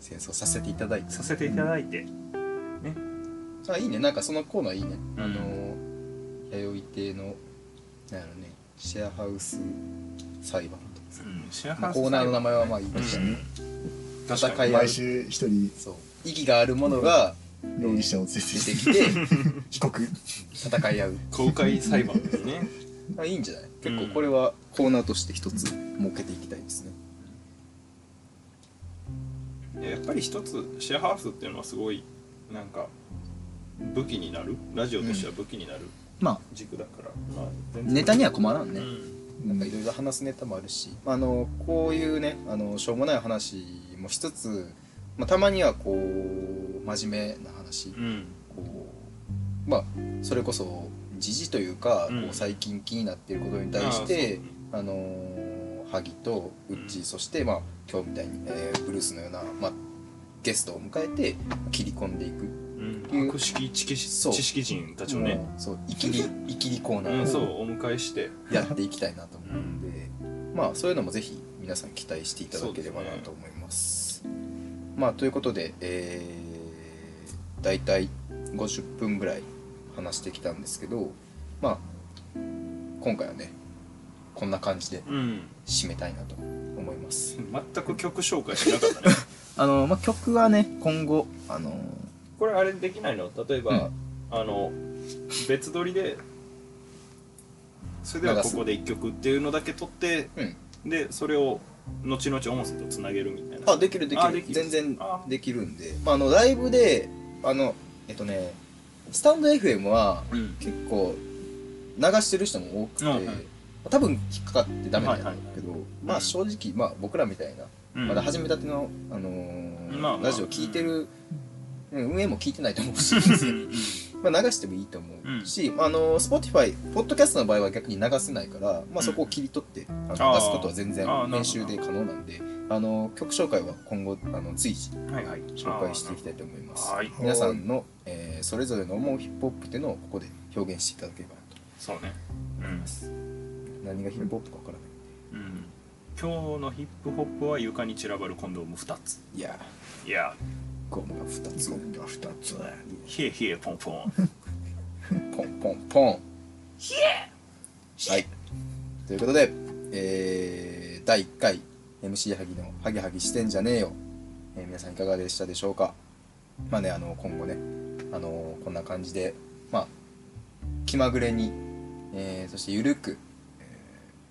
[SPEAKER 2] 戦争させていただいて
[SPEAKER 3] させていただいて、
[SPEAKER 2] あいいねなんかそのコーナーいいね、
[SPEAKER 3] うん
[SPEAKER 2] あの弥生亭のなんやろねシェアハウス裁判とかさ、
[SPEAKER 3] うん、シェア
[SPEAKER 2] ま
[SPEAKER 3] ハ
[SPEAKER 2] あ、
[SPEAKER 3] ウス
[SPEAKER 2] コーナーの名前はまあいいとして、
[SPEAKER 3] うん確かに
[SPEAKER 2] 戦い合う
[SPEAKER 4] 毎週一人
[SPEAKER 2] そう意義があるものが
[SPEAKER 4] 容疑者を連れて
[SPEAKER 2] 出
[SPEAKER 4] き
[SPEAKER 2] て
[SPEAKER 4] て
[SPEAKER 2] きて
[SPEAKER 4] 被告
[SPEAKER 2] 戦い合う
[SPEAKER 3] 公開裁判ですね
[SPEAKER 2] あいいんじゃない結構これはコーナーとして一つ設けていきたいですね、
[SPEAKER 3] いややっぱり一つシェアハウスっていうのはすごいなんか武器になるラジオとしては武器になる
[SPEAKER 2] ま
[SPEAKER 3] 軸だから、まあ
[SPEAKER 2] あ
[SPEAKER 3] 全然
[SPEAKER 2] ネタには困らんね、
[SPEAKER 3] うん
[SPEAKER 2] なんかいろいろ話すネタもあるし、まあ、あのこういうねあのしょうもない話もしつつ、まあ、たまにはこう真面目な話
[SPEAKER 3] うん
[SPEAKER 2] こうまあそれこそ時事というか、
[SPEAKER 3] うん
[SPEAKER 2] こう最近気になっていることに対してあ、のー萩とウッチー、
[SPEAKER 3] うん
[SPEAKER 2] そして、まあ、今日みたいに、えーブルースのような、まあ、ゲストを迎えて切り込んでいく、
[SPEAKER 3] うん博識知識
[SPEAKER 2] そう
[SPEAKER 3] 知識人たちをね
[SPEAKER 2] もうそういきりいきりコーナ
[SPEAKER 3] うん、そう
[SPEAKER 2] ーを
[SPEAKER 3] お迎えして
[SPEAKER 2] やっていきたいなと思うので、まあそういうのもぜひ皆さん期待していただければなと思います。まあということで、えー、大体50分ぐらい話してきたんですけどまあ今回はねこんな感じで
[SPEAKER 3] うん
[SPEAKER 2] 締めたいなと思います。
[SPEAKER 3] 全く曲紹介しな かったね
[SPEAKER 2] あのまあ、曲はね今後あの
[SPEAKER 3] これあれできないの例えば、
[SPEAKER 2] う
[SPEAKER 3] あの別撮りでそれでは
[SPEAKER 2] 流
[SPEAKER 3] こ
[SPEAKER 2] す
[SPEAKER 3] こで一曲っていうのだけ撮って
[SPEAKER 2] うん、
[SPEAKER 3] でそれを後々音声とつなげるみたいな
[SPEAKER 2] あできるでき
[SPEAKER 3] あ
[SPEAKER 2] る
[SPEAKER 3] できる
[SPEAKER 2] 全然
[SPEAKER 3] あ
[SPEAKER 2] できるんで、まあ、あのライブであのえっとねスタンド FM は
[SPEAKER 3] うん
[SPEAKER 2] 結構流してる人も多くて、
[SPEAKER 3] うんうん
[SPEAKER 2] 多分引っかかってダメなんだけど、ま
[SPEAKER 3] う
[SPEAKER 2] あ
[SPEAKER 3] ん
[SPEAKER 2] 正直、まあ、僕らみたいな、
[SPEAKER 3] うん
[SPEAKER 2] まだ始めたての、あのー
[SPEAKER 3] まあまあ
[SPEAKER 2] ラジオ聞いてる、うん運営も聞いてないと思うし
[SPEAKER 3] うん
[SPEAKER 2] まあ流してもいいと思うし、あの Spotify ポッドキャストの場合は逆に流せないから、まあ、そこを切り取って、あの
[SPEAKER 3] あ
[SPEAKER 2] 出
[SPEAKER 3] ー
[SPEAKER 2] すことは全然
[SPEAKER 3] あーなるほど
[SPEAKER 2] 編集で可能なんであの曲紹介は今後あの随時
[SPEAKER 3] はいはい
[SPEAKER 2] 紹介していきたいと思います
[SPEAKER 3] はい
[SPEAKER 2] 皆さんの、えーそれぞれの思うヒップホップっていうのをここで表現していただければなと
[SPEAKER 3] そうねうん
[SPEAKER 2] 何がヒップホップかわからない
[SPEAKER 3] うん今日のヒップホップは床に散らばるコンドーム2つ
[SPEAKER 2] いや
[SPEAKER 3] い
[SPEAKER 2] ー
[SPEAKER 3] や
[SPEAKER 2] ゴムが2つ
[SPEAKER 4] ゴムが二つ
[SPEAKER 3] ヒエヒエポンポン
[SPEAKER 2] ポンポンポンはいということで、えー第1回 MC ハギの「ハギハギしてんじゃねえよ」えー皆さんいかがでしたでしょうかまあねあの今後ねあのこんな感じでまあ気まぐれに、えーそしてゆるく、え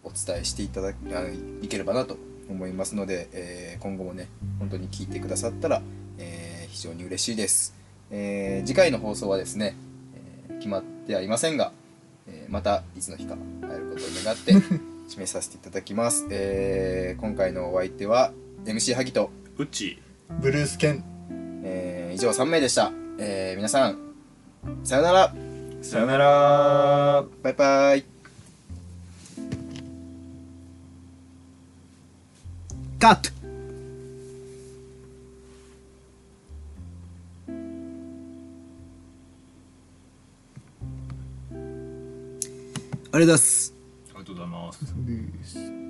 [SPEAKER 2] ーお伝えしていただきあいければなと思いますので、えー今後もね本当に聞いてくださったら、えー非常に嬉しいです、えー次回の放送はですね、えー決まってはいませんが、えーまたいつの日か会えることを願って締めさせていただきます、えー今回のお相手は MC 萩と、
[SPEAKER 3] うっち
[SPEAKER 4] ブルースケン
[SPEAKER 2] えー以上3名でした、えー皆さんさよなら
[SPEAKER 3] さよなら
[SPEAKER 2] バイバイ
[SPEAKER 1] カットありがとうございます
[SPEAKER 3] ありがとうございます
[SPEAKER 4] ブルース